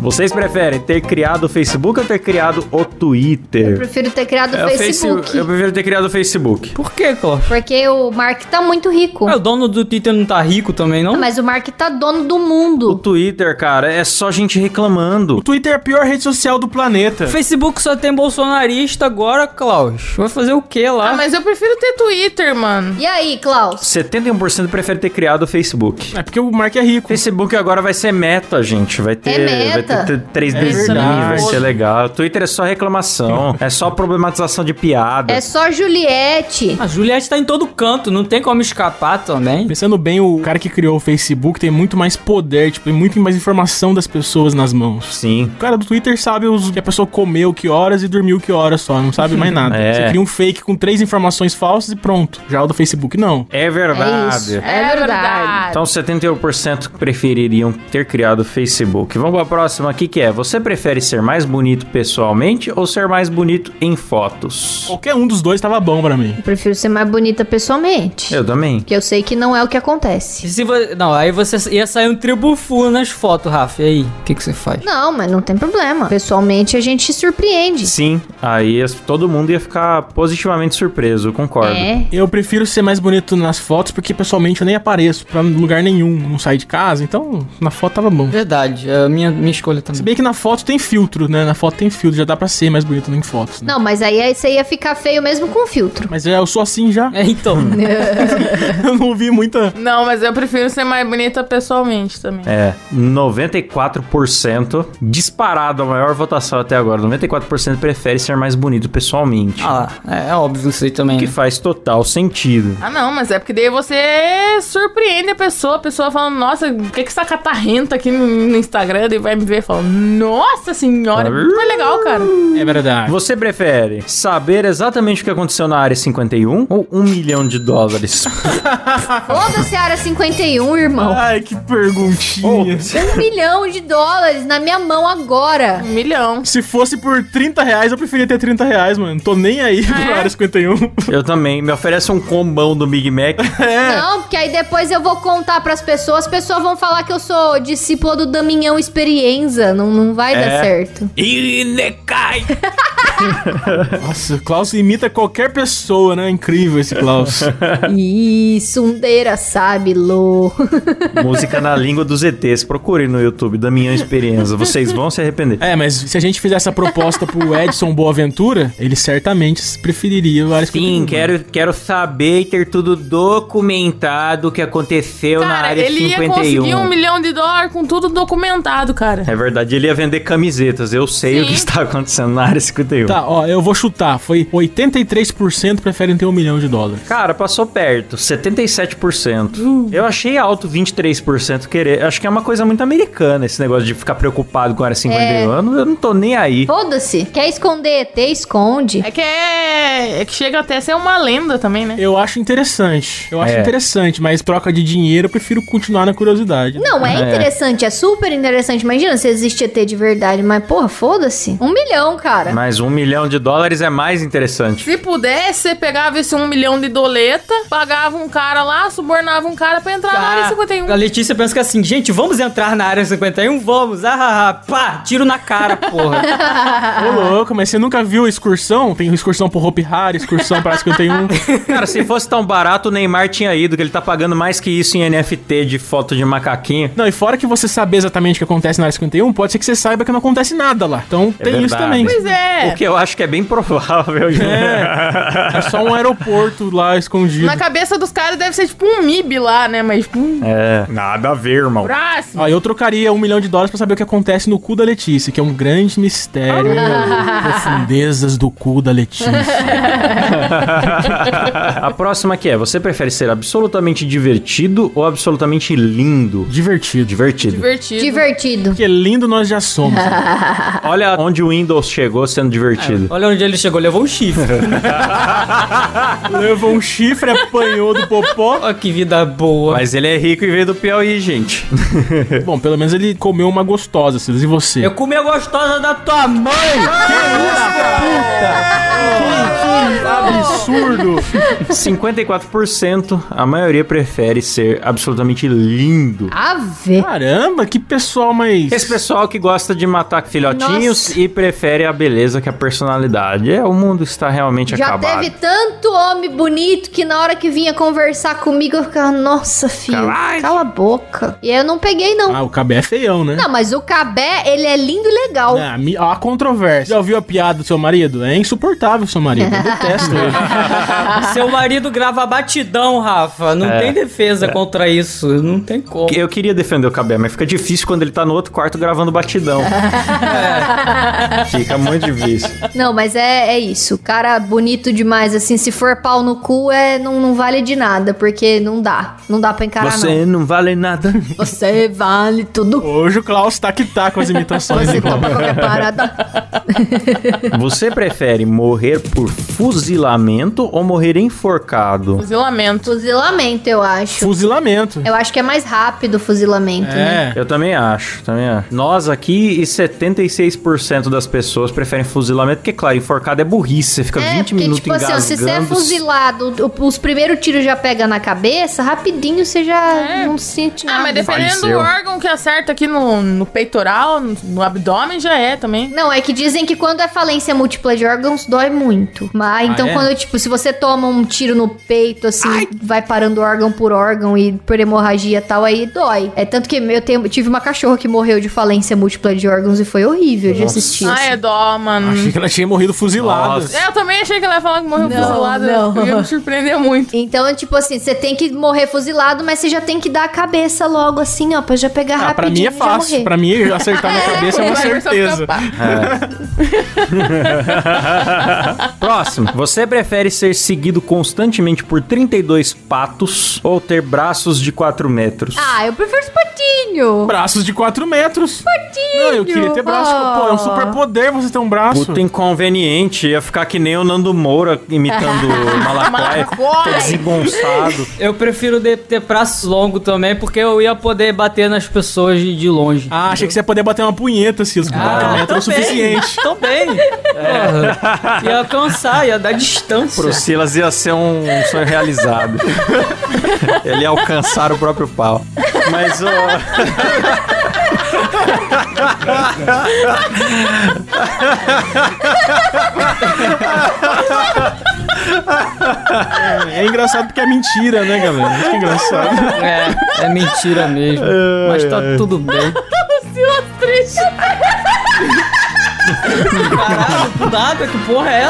Speaker 1: Vocês preferem ter criado o Facebook ou ter criado o
Speaker 3: Eu
Speaker 1: Twitter?
Speaker 3: prefiro ter criado
Speaker 1: É,
Speaker 3: o Facebook.
Speaker 1: Face- eu prefiro ter criado o Facebook.
Speaker 6: Por que, Costa?
Speaker 3: Porque o Mark tá muito rico.
Speaker 1: Ah,
Speaker 6: Ué, o dono do Twitter não tá rico também, não?
Speaker 3: Não, mas o Mark tá dono do
Speaker 1: O
Speaker 3: mundo.
Speaker 1: Twitter, cara, é só gente reclamando.
Speaker 2: O Twitter é a pior rede social do planeta.
Speaker 6: O Facebook só tem bolsonarista agora, Klaus. Vai fazer o que lá?
Speaker 4: Ah, mas eu prefiro ter Twitter, mano.
Speaker 3: E aí, Klaus?
Speaker 1: 71% prefere ter criado o Facebook.
Speaker 2: É porque o Mark é rico.
Speaker 1: Facebook agora vai ser meta, gente. Vai ter,
Speaker 3: É meta.
Speaker 1: vai ter, ter três
Speaker 2: É
Speaker 1: desenhos,
Speaker 2: verdade.
Speaker 1: vai ser legal. Twitter é só reclamação, é só problematização de piada.
Speaker 3: É só Juliette.
Speaker 1: Ah.
Speaker 6: A Juliette tá em todo canto, não tem como escapar também.
Speaker 2: Pensando bem, o cara que criou o Facebook tem muito mais poder, tipo, tem muito mais informação das pessoas nas mãos.
Speaker 1: Sim.
Speaker 2: O cara do Twitter sabe os, que a pessoa comeu que horas e dormiu que horas só, não sabe mais nada.
Speaker 1: É.
Speaker 2: Você cria um fake com três informações falsas e pronto. Já o do Facebook não.
Speaker 1: É
Speaker 3: É isso.
Speaker 1: verdade.
Speaker 3: É verdade.
Speaker 1: Então 71% prefeririam ter criado o Facebook. Vamos pra próxima aqui que é: você prefere ser mais bonito pessoalmente ou ser mais bonito em fotos?
Speaker 2: Qualquer um dos dois tava bom pra mim.
Speaker 3: Eu prefiro ser mais bonita pessoalmente.
Speaker 1: Eu também.
Speaker 3: Que eu sei que não é o que acontece.
Speaker 6: E se vo- Não, aí você ia sair um tribufu nas fotos, Rafa. E aí, o que, que você faz?
Speaker 3: Não, mas não tem problema. Pessoalmente a gente surpreende.
Speaker 1: Sim, aí as- todo mundo ia ficar positivamente surpreso, eu concordo.
Speaker 3: É.
Speaker 2: Eu prefiro ser mais bonito nas fotos porque pessoalmente eu nem apareço pra lugar nenhum, não saio de casa, então na foto tava bom.
Speaker 6: Verdade, é a minha, minha escolha
Speaker 2: Se
Speaker 6: também.
Speaker 2: bem que na foto tem filtro, né? Na foto tem filtro, já dá pra ser mais bonito em fotos, né?
Speaker 3: Não, mas aí é- você ia ficar feio mesmo com filtro.
Speaker 2: Mas é, eu sou assim já.
Speaker 6: É, então.
Speaker 2: Eu não vi muita.
Speaker 4: Não, mas eu prefiro ser mais bonita pessoalmente também.
Speaker 1: É, 94%, disparado a maior votação até agora. 94% prefere ser mais bonito pessoalmente.
Speaker 6: ah, lá, é, é óbvio isso aí também.
Speaker 1: Que
Speaker 6: Né?
Speaker 1: faz total sentido.
Speaker 4: Ah, não, mas é porque daí você surpreende a pessoa. A pessoa falando, nossa, o que que essa catarrenta aqui no, no Instagram? E vai me ver e fala, nossa senhora, é muito mais legal, cara.
Speaker 2: É verdade.
Speaker 1: Você prefere saber exatamente o que aconteceu na área 51 ou um milhão de dólares?
Speaker 3: Foda-se a área 51, irmão.
Speaker 2: Ai, que perguntinha.
Speaker 3: Um milhão de dólares na minha mão agora.
Speaker 4: Um milhão.
Speaker 2: Se fosse por 30 reais, eu preferia ter 30 reais, mano. Tô nem aí pro Área 51.
Speaker 1: Eu também. Me oferece um combão do Big Mac.
Speaker 3: Não, porque aí depois eu vou contar pras pessoas. As pessoas vão falar que eu sou discípula do Damião Experienza. Não, não vai dar
Speaker 1: É.
Speaker 3: certo.
Speaker 1: Inecai!
Speaker 2: Nossa, o Klaus imita qualquer pessoa, né? Incrível esse Klaus.
Speaker 3: Isso, Sundeira sabe, Lô.
Speaker 1: Música na língua dos ETs. Procure no YouTube da minha experiência. Vocês vão se arrepender.
Speaker 2: é, mas se a gente fizer essa proposta pro Edson Boaventura, ele certamente preferiria o Área 51.
Speaker 1: Sim,
Speaker 2: mano.
Speaker 1: quero, quero saber e ter tudo documentado o que aconteceu na
Speaker 4: Cara,
Speaker 1: área
Speaker 4: ele ia
Speaker 1: 51.
Speaker 4: conseguir um milhão de dólares com tudo documentado, cara.
Speaker 1: É verdade, ele ia vender camisetas. Eu sei
Speaker 4: Sim.
Speaker 1: o que está acontecendo na área 51.
Speaker 2: Tá, ó, eu vou chutar. Foi 83% preferem ter um milhão de dólares.
Speaker 1: Cara, passou perto, 77%.
Speaker 4: Uhum.
Speaker 1: Eu achei alto 23% querer. Acho que é uma coisa muito americana esse negócio de ficar preocupado com a área 51. Eu não-
Speaker 4: É.
Speaker 1: Eu não tô nem aí.
Speaker 3: Foda-se. Quer esconder ET? Esconde.
Speaker 4: É que é... é que chega até a ser uma lenda também, né?
Speaker 2: Eu acho interessante. Eu acho
Speaker 1: É.
Speaker 2: interessante, mas troca de dinheiro, eu prefiro continuar na curiosidade.
Speaker 3: Não, é
Speaker 1: É.
Speaker 3: interessante, é super interessante. Imagina se existe ET de verdade, mas porra, foda-se. Um milhão, cara.
Speaker 1: Mas um milhão de dólares é mais interessante.
Speaker 4: Se pudesse, você pegava esse um milhão de doleta, pagava um cara lá, subornava um cara pra entrar na área 51.
Speaker 6: Ah, A Letícia pensa que assim, gente, vamos entrar na área 51? Vamos, ah, ah, ah, pá, tiro na cara, porra.
Speaker 2: Ô, louco, mas você nunca viu excursão? Tem excursão pro Hopi Hari, excursão pra 51.
Speaker 1: Cara, se fosse tão barato, o Neymar tinha ido, que ele tá pagando mais que isso em NFT de foto de macaquinho.
Speaker 2: Não, e fora que você saber exatamente o que acontece na área 51, pode ser que você saiba que não acontece nada lá. Então
Speaker 1: É
Speaker 2: tem isso
Speaker 1: verdade.
Speaker 2: também.
Speaker 4: Pois é.
Speaker 1: O que eu acho que é bem provável.
Speaker 2: É. É só um aeroporto lá escondido.
Speaker 4: Na cabeça dos caras deve ser tipo um MIB lá, né? Mas tipo um
Speaker 1: É. Nada a ver, irmão.
Speaker 4: braço.
Speaker 2: Ó, eu trocaria um milhão de dólares pra saber o que acontece no cu da Letícia, que é um grande mistério.
Speaker 3: Ah.
Speaker 2: profundezas do cu da Letícia.
Speaker 1: a próxima que é: você prefere ser absolutamente divertido ou absolutamente lindo?
Speaker 2: Divertido.
Speaker 1: Divertido.
Speaker 4: Divertido.
Speaker 3: Divertido.
Speaker 2: Porque lindo nós já somos.
Speaker 1: Olha onde o Windows chegou sendo divertido.
Speaker 6: Olha onde ele chegou, levou um chifre.
Speaker 2: Levou um chifre, apanhou do popó.
Speaker 6: Olha que vida boa.
Speaker 1: Mas ele é rico e veio do Piauí, gente.
Speaker 2: Bom, pelo menos ele comeu uma gostosa, Silas. E você?
Speaker 6: Eu comi a gostosa da tua mãe!
Speaker 2: Absurdo!
Speaker 1: 54%, a maioria prefere ser absolutamente lindo.
Speaker 3: Ave.
Speaker 2: Caramba, que pessoal mais...
Speaker 1: Esse pessoal que gosta de matar filhotinhos
Speaker 3: Nossa.
Speaker 1: e prefere a beleza que a personalidade. É, o mundo está realmente
Speaker 3: Já
Speaker 1: acabado.
Speaker 3: teve tanto homem bonito que na hora que vinha conversar comigo eu ficava, nossa, filho,
Speaker 1: Caralho.
Speaker 3: cala a boca. E eu não peguei, não.
Speaker 2: Ah, o Cabé é feião, né?
Speaker 3: Não, mas o Cabé, ele é lindo e legal.
Speaker 2: Ah, mi- ó a controvérsia. Já ouviu a piada do seu marido? É insuportável, seu marido. Eu detesto ele.
Speaker 6: Seu marido grava batidão, Rafa. Não tem defesa contra isso. Não tem como.
Speaker 1: Eu queria defender o Cabé, mas fica difícil quando ele tá no outro quarto gravando batidão. Fica muito difícil.
Speaker 3: Não, mas é, é isso. O Cara bonito demais, assim, se for pau no cu, é, não, não vale de nada, porque não dá. Tá, Não dá pra encarar,
Speaker 1: Você é não vale nada.
Speaker 3: não. Você vale tudo.
Speaker 2: Hoje o Klaus tá que tá com as imitações.
Speaker 3: Você tá
Speaker 2: hein, Klaus?
Speaker 3: topa qualquer parada.
Speaker 1: Você prefere morrer por fuzilamento ou morrer enforcado?
Speaker 4: Fuzilamento.
Speaker 3: Fuzilamento, eu acho.
Speaker 2: Fuzilamento.
Speaker 3: Eu acho que é mais rápido o fuzilamento, né?
Speaker 2: É.
Speaker 1: Eu também acho, também acho. Nós aqui e 76% das pessoas preferem fuzilamento, porque, claro, enforcado é burrice. Você fica 20 minutos
Speaker 3: tipo assim, ó, se você é
Speaker 1: engasgando.
Speaker 3: fuzilado, o- os primeiros tiros já pega na cabeça, rapidinho você já não sente nada.
Speaker 4: Ah, mas dependendo do
Speaker 1: Faleceu.
Speaker 4: órgão que acerta aqui no, no peitoral, no, no abdômen, já é também.
Speaker 3: Não, é que dizem que quando é falência múltipla de órgãos, dói muito. Mas então,
Speaker 2: é?
Speaker 3: quando, tipo, se você toma um tiro no peito, assim, vai parando órgão por órgão e por hemorragia e tal, aí dói. É tanto que eu tenho- tive uma cachorra que morreu de falência múltipla de órgãos e foi horrível de assistir.
Speaker 4: Ah, é dó, mano.
Speaker 2: Achei que ela tinha morrido fuzilada.
Speaker 1: Nossa.
Speaker 4: É, eu também achei que ela ia falar que morreu
Speaker 3: Não,
Speaker 4: fuzilado.
Speaker 3: não.
Speaker 4: Eu ia me surpreender muito.
Speaker 3: Então, é tipo assim, você tem que morrer fuzilado, mas você já tem que dar a cabeça logo, assim, ó, pra já pegar
Speaker 2: Ah, pra mim
Speaker 3: rapidinho
Speaker 2: é fácil.
Speaker 3: e já morrer.
Speaker 2: Pra mim, acertar na cabeça é uma
Speaker 4: Vai, vai, só
Speaker 2: certeza.
Speaker 4: ficar pá.
Speaker 1: Próximo. Você prefere ser seguido constantemente por 32 patos ou ter braços de 4 metros?
Speaker 3: Ah, eu prefiro os patinhos.
Speaker 2: Braços de 4 metros. Não, eu queria ter braço.
Speaker 3: Oh.
Speaker 2: Pô, é um superpoder você ter um braço.
Speaker 1: Puta inconveniente, ia ficar que nem o Nando Moura imitando o Malacaia,
Speaker 4: Malacoia.
Speaker 1: todo desengonçado.
Speaker 6: Eu prefiro de- ter braços longo também, porque eu ia poder bater nas pessoas de, de longe.
Speaker 2: Ah, achei que você ia poder bater uma punheta, Cis. com quatro
Speaker 6: Ah,
Speaker 2: metros é o suficiente.
Speaker 6: Tô bem. Porra. Ia alcançar, ia dar distância.
Speaker 1: Pro Silas ia ser um sonho realizado. Ele ia alcançar o próprio pau. Mas o.
Speaker 2: É engraçado porque é mentira, né, galera? Muito que engraçado.
Speaker 6: É, é mentira mesmo.
Speaker 2: É,
Speaker 6: Mas tá tudo bem.
Speaker 4: Silas triste.
Speaker 6: Caralho, Ah, do nada, que porra é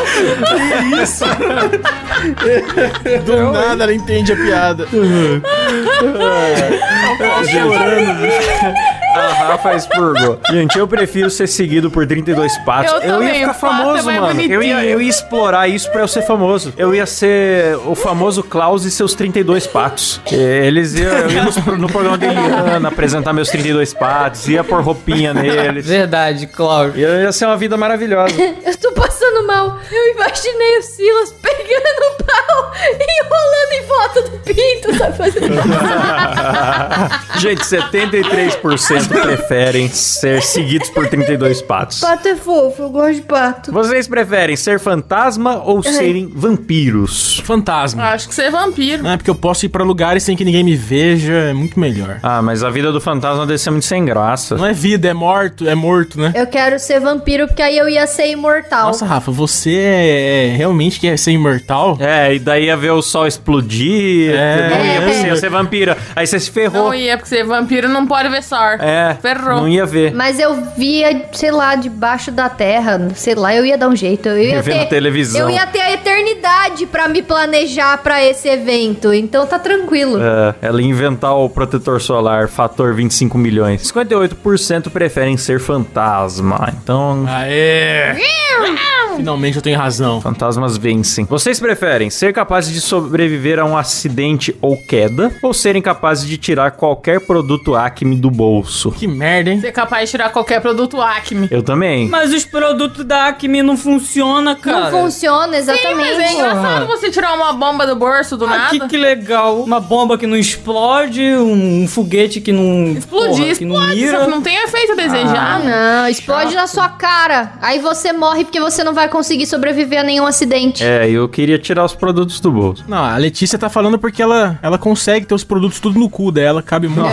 Speaker 6: essa?
Speaker 2: Do nada ela entende a piada.
Speaker 1: Tá
Speaker 4: Tá né?
Speaker 1: A Rafa expurgou. Gente, eu prefiro ser seguido por 32 patos.
Speaker 4: Eu
Speaker 1: ia
Speaker 4: também,
Speaker 1: ficar
Speaker 4: o pato é
Speaker 1: famoso,
Speaker 4: mais
Speaker 1: mano. Eu ia,
Speaker 4: bonitinho.
Speaker 1: eu ia explorar isso pra eu ser famoso. Eu ia ser o famoso Klaus e seus 32 patos. Eles iam eu ia no, no programa de Eliana apresentar meus 32 patos, ia pôr roupinha neles.
Speaker 6: Verdade, Cláudio.
Speaker 1: Ia ia ser uma vida maravilhosa.
Speaker 3: Eu tô passando mal. Eu imaginei o Silas pegando o pau e enrolando em volta do pinto, sabe? Fazendo...
Speaker 1: Gente, 73% preferem ser seguidos por 32 patos.
Speaker 3: Pato é fofo, eu gosto de pato.
Speaker 1: Vocês preferem ser fantasma ou serem vampiros?
Speaker 2: Fantasma.
Speaker 4: Acho que você é vampiro.
Speaker 2: Ah, porque eu posso ir pra lugares sem que ninguém me veja, é muito melhor.
Speaker 1: Ah, mas a vida do fantasma deve ser muito sem graça.
Speaker 2: Não é vida, é morto, é morto, né?
Speaker 3: Eu quero ser vampiro porque aí eu ia ser imortal.
Speaker 2: Nossa, Rafa, você é, realmente quer ser imortal?
Speaker 1: É, e daí ia ver o sol explodir.
Speaker 2: É.
Speaker 1: Não ia, você ia ser vampira. Aí você se ferrou.
Speaker 4: Não ia, porque você é vampiro não pode ver sor.
Speaker 1: É.
Speaker 4: Ferrou.
Speaker 1: Não ia ver.
Speaker 3: Mas eu via, sei lá, debaixo da terra, sei lá, eu ia dar um jeito. Eu ia
Speaker 1: Eu via
Speaker 3: ter,
Speaker 1: na televisão.
Speaker 3: Eu ia ter a eternidade pra me planejar pra esse evento, então tá tranquilo.
Speaker 1: É, ela ia inventar o protetor solar, fator 25 milhões. 58% preferem ser fantasma. Então,
Speaker 2: Aê!
Speaker 3: não.
Speaker 2: Finalmente eu tenho razão.
Speaker 1: Fantasmas vencem. Vocês preferem ser capazes de sobreviver a um acidente ou queda ou serem capazes de tirar qualquer produto Acme do bolso?
Speaker 2: Que merda, hein?
Speaker 4: Você é capaz de tirar qualquer produto Acme.
Speaker 1: Eu também.
Speaker 6: Mas os produtos da Acme não funcionam, cara.
Speaker 3: Não funciona exatamente.
Speaker 4: Mas é engraçado você tirar uma bomba do bolso do
Speaker 6: Ah,
Speaker 4: nada.
Speaker 6: que, que legal. Uma bomba que não explode, um, um foguete que não.
Speaker 4: Explodir,
Speaker 6: porra, que não
Speaker 4: explode, só
Speaker 6: mira.
Speaker 4: que não tem efeito né?
Speaker 3: Ah,
Speaker 4: desejado.
Speaker 3: não, explode na sua cara. Aí você morre porque você não vai conseguir sobreviver a nenhum acidente.
Speaker 1: É, eu queria tirar os produtos do bolso.
Speaker 2: Não, a Letícia tá falando porque ela, ela consegue ter os produtos tudo no cu dela, cabe muito.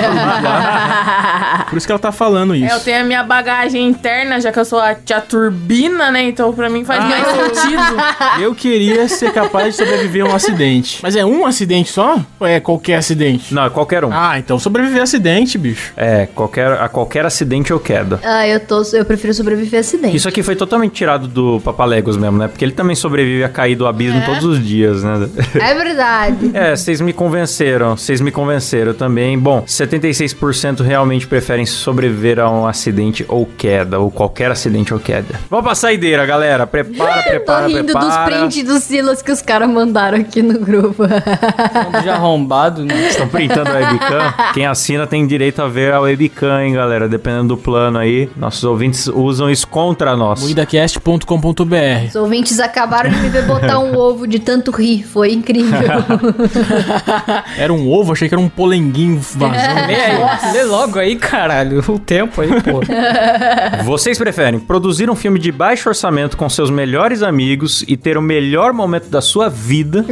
Speaker 2: Por isso que ela tá falando isso.
Speaker 4: É, eu tenho a minha bagagem interna, já que eu sou a tia turbina, né? Então pra mim faz mais sentido.
Speaker 2: Eu queria ser capaz de sobreviver a um acidente. Mas é um acidente só? Ou é qualquer acidente?
Speaker 1: Não, é qualquer um.
Speaker 2: Ah, então sobreviver a acidente, bicho.
Speaker 1: É, qualquer, a qualquer acidente ou queda.
Speaker 3: Ah, eu tô. Eu prefiro sobreviver a acidente.
Speaker 1: Isso aqui foi totalmente tirado do Papalegos mesmo, né? Porque ele também sobrevive a cair do abismo todos os dias, né?
Speaker 3: É verdade.
Speaker 1: É, vocês me convenceram, vocês me convenceram também. Bom, 76% realmente preferem sobreviver a um acidente ou queda, ou qualquer acidente ou queda. Vamos pra saideira, galera. Prepara,
Speaker 3: Eu tô
Speaker 1: prepara,
Speaker 3: rindo dos
Speaker 1: prepara.
Speaker 3: prints dos Silas que os caras mandaram aqui no grupo.
Speaker 6: Bando de arrombado, né?
Speaker 1: Estão printando a webcam. Quem assina tem direito a ver a webcam, hein, galera? Dependendo do plano aí. Nossos ouvintes usam isso contra nós.
Speaker 2: Muidacast.com.br
Speaker 3: Os ouvintes acabaram de me ver botar um ovo de tanto rir. Foi incrível.
Speaker 2: Era um ovo, achei que era um polenguinho vazando.
Speaker 6: Vê
Speaker 4: É,
Speaker 6: aí, lê logo aí, caralho. O tempo aí, pô.
Speaker 1: Vocês preferem produzir um filme de baixo orçamento com seus melhores amigos e ter o melhor momento da sua vida?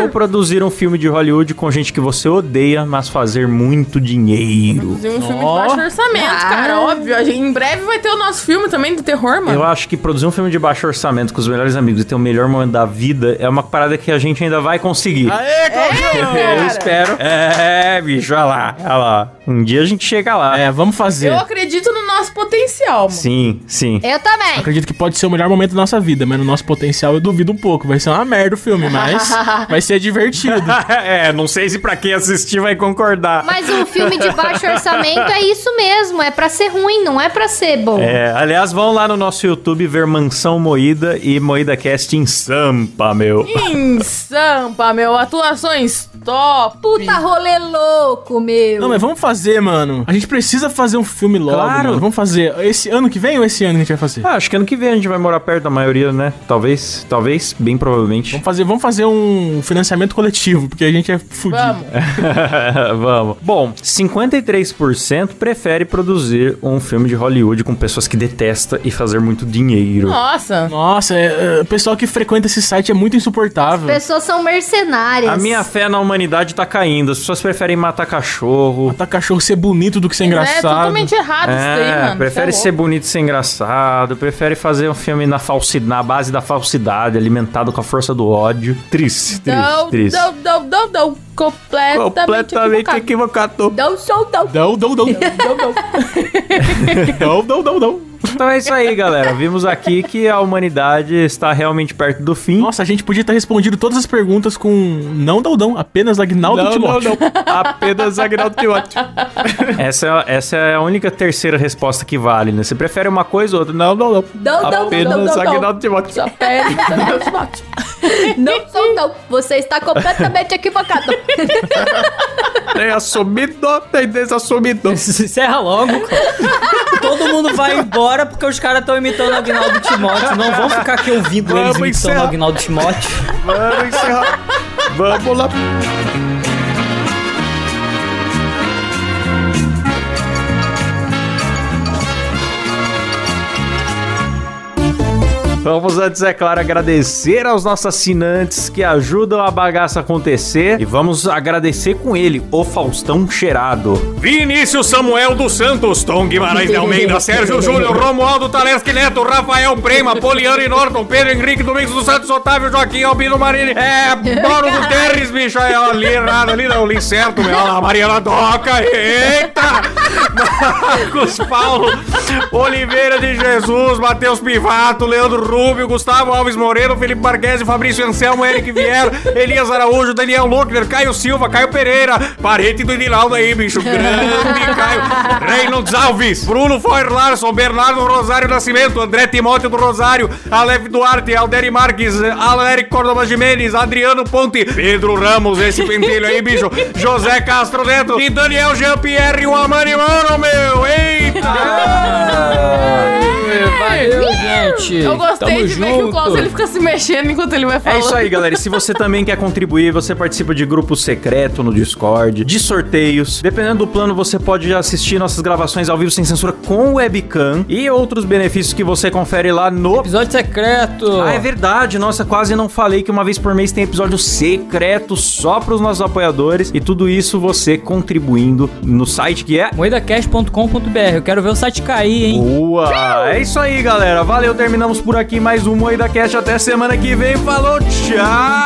Speaker 1: ou produzir um filme de Hollywood com gente que você odeia, mas fazer muito dinheiro?
Speaker 4: Fazer um filme de
Speaker 2: Ó.
Speaker 4: baixo orçamento, cara. Óbvio. A gente- em breve vai ter o nosso filme também de terror, mano.
Speaker 1: Eu acho que produzir um filme de baixo orçamento com os melhores amigos e ter o melhor momento da vida é uma parada que a gente ainda vai conseguir.
Speaker 2: Aê, Claudio!
Speaker 1: Eu espero. É, bicho, olha lá, olha lá. Um dia a gente chega lá.
Speaker 2: É, vamos fazer.
Speaker 4: Eu acredito no nosso potencial, mano.
Speaker 1: Sim, sim.
Speaker 3: Eu também.
Speaker 2: Acredito que pode ser o melhor momento da nossa vida, mas no nosso potencial eu duvido um pouco. Vai ser uma merda o filme, mas vai ser divertido.
Speaker 1: é, não sei se pra quem assistir vai concordar.
Speaker 3: Mas um filme de baixo orçamento é isso mesmo. É pra ser ruim, não é pra ser bom.
Speaker 1: É, aliás, vão lá no nosso YouTube ver Mansão Moída e Moída Cast em Sampa, meu.
Speaker 4: Em Sampa, meu. Atuações top.
Speaker 3: Puta rolê louco, meu.
Speaker 2: Não, mas vamos fazer, mano. A gente precisa fazer um filme logo.
Speaker 1: Claro.
Speaker 2: mano. Vamos fazer esse ano que vem ou esse ano que a gente vai fazer?
Speaker 1: Ah, acho que ano que vem a gente vai morar perto da maioria, né? Talvez, talvez, bem provavelmente.
Speaker 2: Vamos fazer, vamos fazer um financiamento coletivo, porque a gente é fudido.
Speaker 4: Vamos.
Speaker 1: Vamos. Bom, 53% prefere produzir um filme de Hollywood com pessoas que detesta e fazer muito dinheiro.
Speaker 4: Nossa.
Speaker 2: Nossa, é- é- o pessoal que frequenta esse site é muito insuportável.
Speaker 3: Pessoas são mercenárias.
Speaker 1: A minha fé na humanidade tá caindo. As pessoas preferem matar cachorro.
Speaker 2: Tá cachorro ser bonito do que ser
Speaker 4: É
Speaker 2: engraçado.
Speaker 4: totalmente errado isso daí,
Speaker 1: É,
Speaker 4: mano.
Speaker 1: prefere
Speaker 4: Você é
Speaker 1: ser
Speaker 4: louco.
Speaker 1: bonito e ser engraçado, prefere fazer um filme na falsidade, na base da falsidade, alimentado com a força do ódio. Triste, triste,
Speaker 4: Não,
Speaker 1: triste.
Speaker 4: não, não, não, não. Completamente,
Speaker 1: Completamente
Speaker 4: equivocado.
Speaker 1: equivocado.
Speaker 4: Não sou, não.
Speaker 2: Dão, dão, dão. Dão, dão. Dão, dão, dão, dão.
Speaker 1: Então é isso aí, galera. Vimos aqui que a humanidade está realmente perto do fim.
Speaker 2: Nossa, a gente podia ter respondido todas as perguntas com não Daldão, apenas Agnaldo
Speaker 5: Não, não,
Speaker 2: Timóteo.
Speaker 5: não. Apenas Agnaldo Timóteo.
Speaker 1: Essa, é- essa é a única terceira resposta que vale, né? Você prefere uma coisa ou outra? Não.
Speaker 5: Não, não, não.
Speaker 3: Não, não, não,
Speaker 5: Apenas
Speaker 3: não, não.
Speaker 5: Agnaldo Timóteo.
Speaker 4: Só pede, só bate.
Speaker 3: Não sou, não. Você está completamente equivocado.
Speaker 5: Tem É assumido, tem desassumido.
Speaker 6: Encerra logo, cara. Todo mundo vai embora porque os caras estão imitando o Agnaldo Timóteo. Não vão ficar aqui ouvindo
Speaker 5: Vamos
Speaker 6: eles imitando o
Speaker 5: encerrar.
Speaker 6: Agnaldo Timóteo.
Speaker 5: Vamos encerrar. Vamos lá.
Speaker 1: Vamos antes, é claro, agradecer aos nossos assinantes que ajudam a bagaça acontecer. E vamos agradecer com ele, o Faustão Cheirado.
Speaker 5: Vinícius Samuel dos Santos, Tom Guimarães de Almeida, Sérgio Júnior, Romualdo Taleschi Neto, Rafael Prema, Poliano e Norton, Pedro Henrique, Domingos dos Santos, Otávio Joaquim, Albino Marini, é, Mauro Guterres, bicho, é, ó, li errado ali, não, li certo, meu, Ana Mariana Doca, eita, Marcos Paulo, Oliveira de Jesus, Matheus Pivato, Leandro Danúbio, Gustavo Alves Moreira, Felipe Barguese, Fabrício Anselmo, Eric Vieira, Elias Araújo, Daniel Luckner, Caio Silva, Caio Pereira, parente do Edinaldo aí, bicho. Grande Caio. Reynolds Alves, Bruno Foyer Larson, Bernardo Rosário Nascimento, André Timóteo do Rosário, Aleph Duarte, Alderi Marques, Aleric Córdoba Jimenez, Adriano Ponte, Pedro Ramos, esse pentelho aí, bicho. José Castro Neto e Daniel Jean-Pierre, o Amani Mano, meu. Eita!
Speaker 6: Valeu, gente.
Speaker 4: Eu gostei
Speaker 6: Tamo
Speaker 4: de ver que o Klaus
Speaker 6: junto.
Speaker 4: ele fica se mexendo enquanto ele vai
Speaker 1: É
Speaker 4: falando.
Speaker 1: isso aí, galera. E se você também quer contribuir, você participa de grupo secreto no Discord, de sorteios. Dependendo do plano, você pode assistir nossas gravações ao vivo sem censura com webcam e outros benefícios que você confere lá no.
Speaker 6: Episódio secreto.
Speaker 1: Ah, é verdade. Nossa, quase não falei que uma vez por mês tem episódio secreto só para os nossos apoiadores. E tudo isso você contribuindo no site que é.
Speaker 6: Moedacast.com.br. Eu quero ver o site cair, hein?
Speaker 1: Boa! É isso aí, galera. Valeu, terminamos por aqui mais um Moeda Cash. Até semana que vem. Falou, tchau!